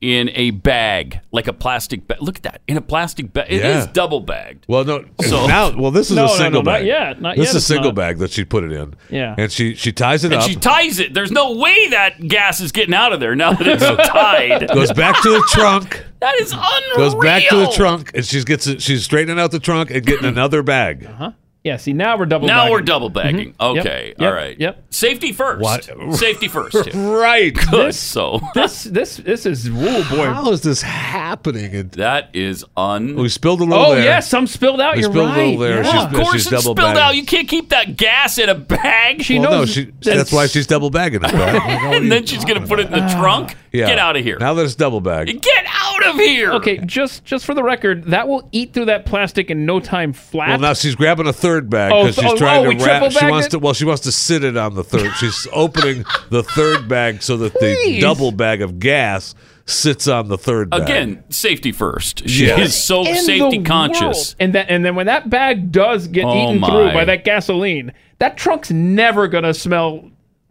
in a bag, like a plastic bag. Look at that, in a plastic bag. It is
Yeah.
double bagged.
Well, no.
So-
now, well, this is
No,
a
no, no,
single
not
bag.
yet. Not
this
yet,
is a
it's
single
not.
bag that she put it in.
Yeah.
And she she ties it
And
up.
she ties it. There's no way that gas is getting out of there now that it's tied.
goes back to the trunk.
That is unreal.
Goes back to the trunk, and she gets it. She's straightening out the trunk and getting another bag.
Uh-huh. Yeah, see, now we're double
Now
bagging.
we're double bagging.
Mhm. Yep,
Okay.
yep,
All right.
Yep.
Safety first.
What?
Safety first. yeah.
Right.
Good. so
this this this is whoa boy.
How is this happening? And
that is un.
we spilled a little
Oh
there.
yeah, some spilled out.
We
You're
spilled a
right.
little there.
Yeah.
She's- Of course she's it's double spilled bagged. out.
You can't keep that gas in a bag.
She
well, no,
knows
she, that's why she's double bagging it. right?
and then she's gonna put it in the trunk.
yeah.
Get out of here.
Now that it's double bagged.
Get out of here.
Okay, just just for the record, that will eat through that plastic in no time flat.
Well, now she's grabbing a third bag
Oh,
because
so-
she's
oh,
trying
oh, we
to wrap.
triple
She
bagged
wants
it?
to. Well, she wants to sit it on the third. She's opening the third bag so that the
Please.
double bag of gas sits on the third bag.
Again, safety first. She
Yeah.
is so
In the
safety
world.
conscious.
And that and then when that bag does get
Oh,
eaten through
my.
by that gasoline, that trunk's never gonna smell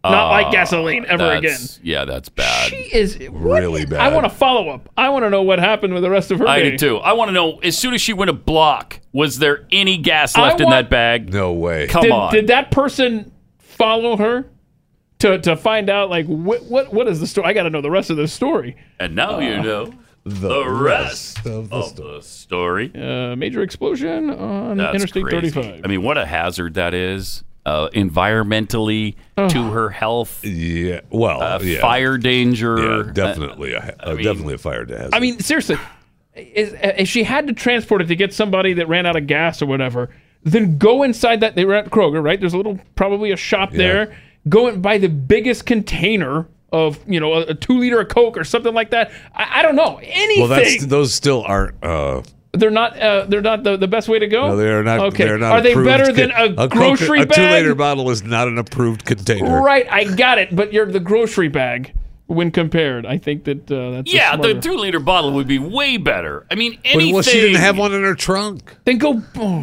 not
Uh,
like gasoline ever again.
that's- Yeah, that's bad.
She is
really bad.
I want a follow up. I want to know what happened with the rest of her
I
day.
do too. I want to know as soon as she went a block, was there any gas
I
left in
want-
that bag?
No way.
Come
did,
on.
Did that person follow her to to find out like what what what is the story? I got to know the rest of the story.
and now you
Uh,
know the, rest, of the story.
Uh, major explosion uh, on
That's
Interstate
crazy.
35.
I mean, what a hazard that is. Uh, environmentally, to
Ugh.
her health.
Yeah. Well,
uh,
yeah.
fire danger.
Yeah, definitely. a- uh, definitely a fire hazard.
I mean, seriously, is, if she had to transport it to get somebody that ran out of gas or whatever, then go inside that. They were at Kroger, right? There's a little, probably a shop there. Go and buy the biggest container of, you know, a, a two liter of Coke or something like that. I, I don't know
well,
anything.
that's those still aren't. Uh,
they're not. Uh, they're not the, the best way to go.
no, they are not.
Okay.
They are, not
are they
approved
better
con-
than a,
Coke-
grocery
A
bag?
two-liter bottle is not an approved container.
Right, I got it. But you're the grocery bag when compared. I think that uh, that's a
Yeah, the
smarter-
two liter bottle would be way better. I mean,
Well,
anything.
well, she didn't have
one in her trunk.
Then go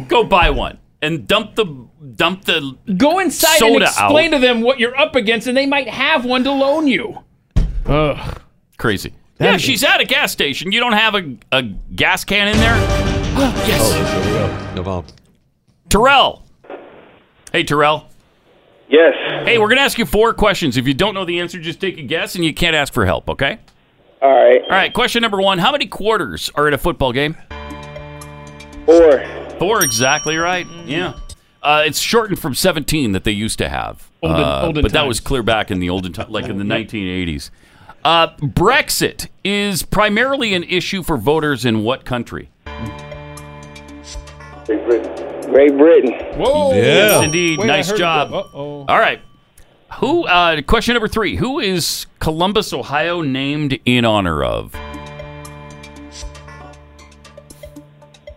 go buy one and dump the dump the
go inside
soda
and explain
out.
to them what you're up against, and they might have one to loan you. Ugh.
Crazy. yeah, she's at a gas station. You don't have a,
Oh,
a gas can in there? yes.
No problem.
Terrell Hey, Terrell.
Yes.
Hey, we're going to ask you four questions. If you don't know the answer, just take a guess, and you can't ask for help, okay?
All right.
All right, question number one How many quarters are in a football game?
Four. Mm-hmm.
Four, exactly right. Yeah. Uh, it's shortened from 17 that they used to have.
Olden-
Uh,
olden
but that
times.
was clear back in the olden time, like in the 1980s. Uh, Brexit is primarily an issue for voters in what country?
Great Britain. Great Britain.
Whoa.
Yes, indeed. nice job.
Uh-oh.
All right. Who? Uh, question number three. Who is Columbus, Ohio, named in honor of?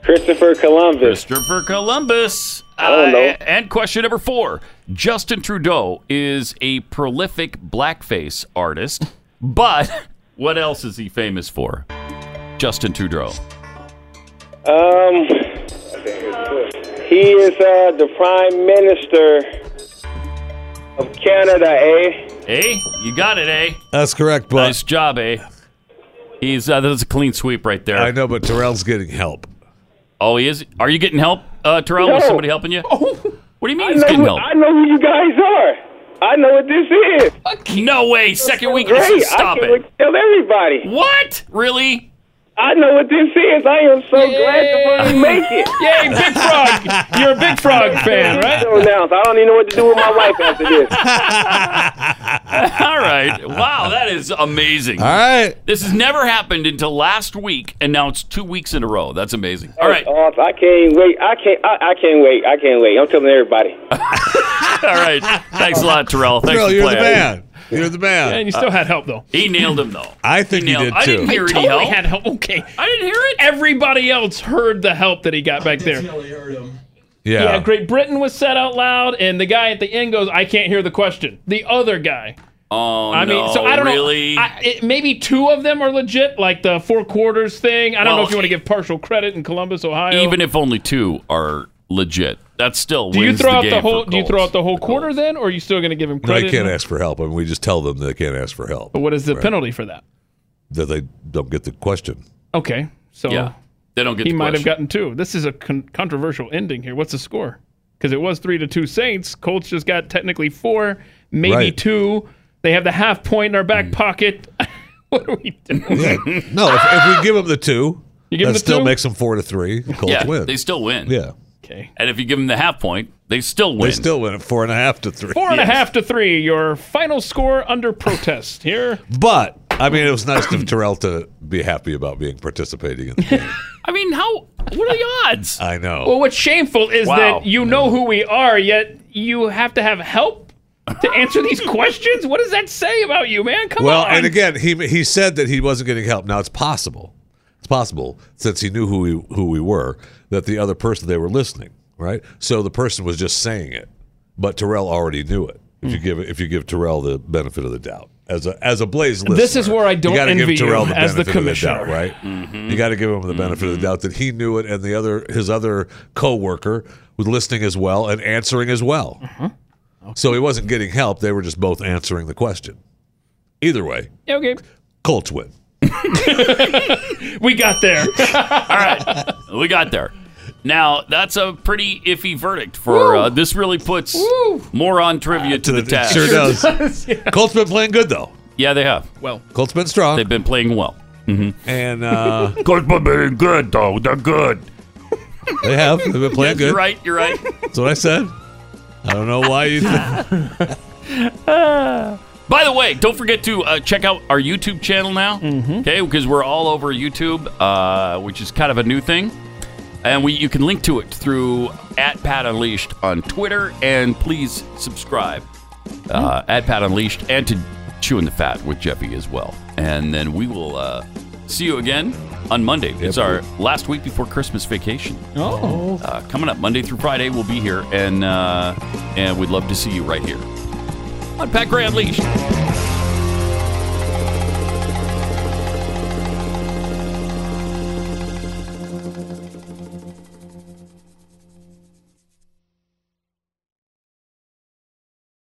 Christopher Columbus.
Christopher Columbus. Uh,
I don't know.
and question number four. Justin Trudeau is a prolific blackface artist, but what else is he famous for? Justin Trudeau.
Um, he is uh, the Prime Minister of Canada, eh?
Eh? You got it, eh?
That's correct, but
Nice job, eh? He's uh, that was a clean sweep right there.
I know, but Terrell's getting help.
Oh, he is. Are you getting help, uh, Terrell? Was
No.
somebody helping you? What do you mean
I
he's
know
getting
who-
help?
I know who you guys are. I know what this is.
No way! Second week. in a
Great.
s- Stop
I can
it.
tell everybody.
What? Really?
I know what this is. I am so glad to finally make it.
Yay, Big Frog! You're a Big Frog fan, right?
So now, I don't even know what to do with my life after this.
All right. Wow, that is amazing.
All right.
This has never happened until last week, and now it's two weeks in a row. That's amazing. All right.
Off. I can't wait. I can't. I, I can't wait. I can't wait. I'm telling everybody.
All right. Thanks a lot, Terrell. Thanks
Terrell,
for
you're the
playing.
man. You're the man.
And you still had help though.
He nailed him though.
I think he, did too.
I didn't hear
I
any
totally
help.
had help. Okay.
I didn't hear it.
Everybody else heard the help that he got back there.
yeah.
Yeah, Great Britain was said out loud, and the guy at the end goes, "I can't hear the question." The other guy.
Oh
I mean,
no!
so I don't
really?
know. I, it, maybe two of them are legit, like the four quarters thing. I don't know
Well,
if you want to give partial credit in Columbus, Ohio.
Even if only two are legit, that's still
do you
wins
throw
the
out
game
the
for
whole? Do you
Colts.
throw out the whole quarter then, or are you still going to give him
No,
credit?
they can't ask for help. I mean, we just tell them they can't ask for help.
But what is the
Right.
penalty for that?
That they don't get the question.
Okay, so
Yeah, they don't get.
he
the
might have
question.
gotten two. This is a con- controversial ending here. What's the score? Because it was three to two Saints. Colts just got technically four, maybe
Right.
two. They have the half point in our
Hmm.
back pocket. what are we doing?
Yeah. no, if, if we give them the two,
You give
that
'em the
still
two?
makes them four to three. The Colts
Yeah,
win.
they still win.
yeah.
Okay.
And if you give them the half point, they still win.
They still win at four and a half to three.
Four and a half to three. Your final score under protest here.
But I mean, it was nice of Terrell to be happy about being participating. In the game.
I mean, how? What are the odds?
I know.
Well, what's shameful is
Wow.
that you know who we are, yet you have to have help to answer these questions. What does that say about you, man? Come
well,
on.
and again, he he said that he wasn't getting help. Now it's possible, it's possible since he knew who we who we were that the other person they were listening, right? So the person was just saying it, but Terrell already knew it. If
Hmm.
you give if you give Terrell the benefit of the doubt as a as a Blaze listener,
This is where I don't
you gotta
envy
give Terrell
you
the
as the
benefit of the doubt,
commissioner. Mm-hmm.
right? You got to give him the benefit of the doubt that he knew it, and the other his other coworker was listening as well and answering as well.
Mm-hmm.
So he wasn't getting help; they were just both answering the question. Either way,
okay,
Colts win.
we got there.
We got there. Now that's a pretty iffy verdict for uh, this. Really puts moron trivia to the
It
test.
sure does. Colts been playing good though.
Yeah, they have.
Well,
Colts been strong,
They've been playing well. Mm-hmm.
and uh,
Good, but they're good though.
Oh,
They're good.
they have. They've been playing good.
You're right. You're right.
That's what I said. I don't know why you. Th-
By the way, don't forget to uh, check out our YouTube channel now. Okay, because we're all over YouTube, uh, which is kind of a new thing, and we you can link to it through at Pat Unleashed on Twitter, and please subscribe uh, at Pat Unleashed and to Chewing the Fat with Jeffy as well. And then we will uh, see you again on Monday. It's our last week before Christmas vacation.
Oh.
Uh, coming up Monday through Friday, we'll be here, and uh, and we'd love to see you right here on Pat Gray Unleashed.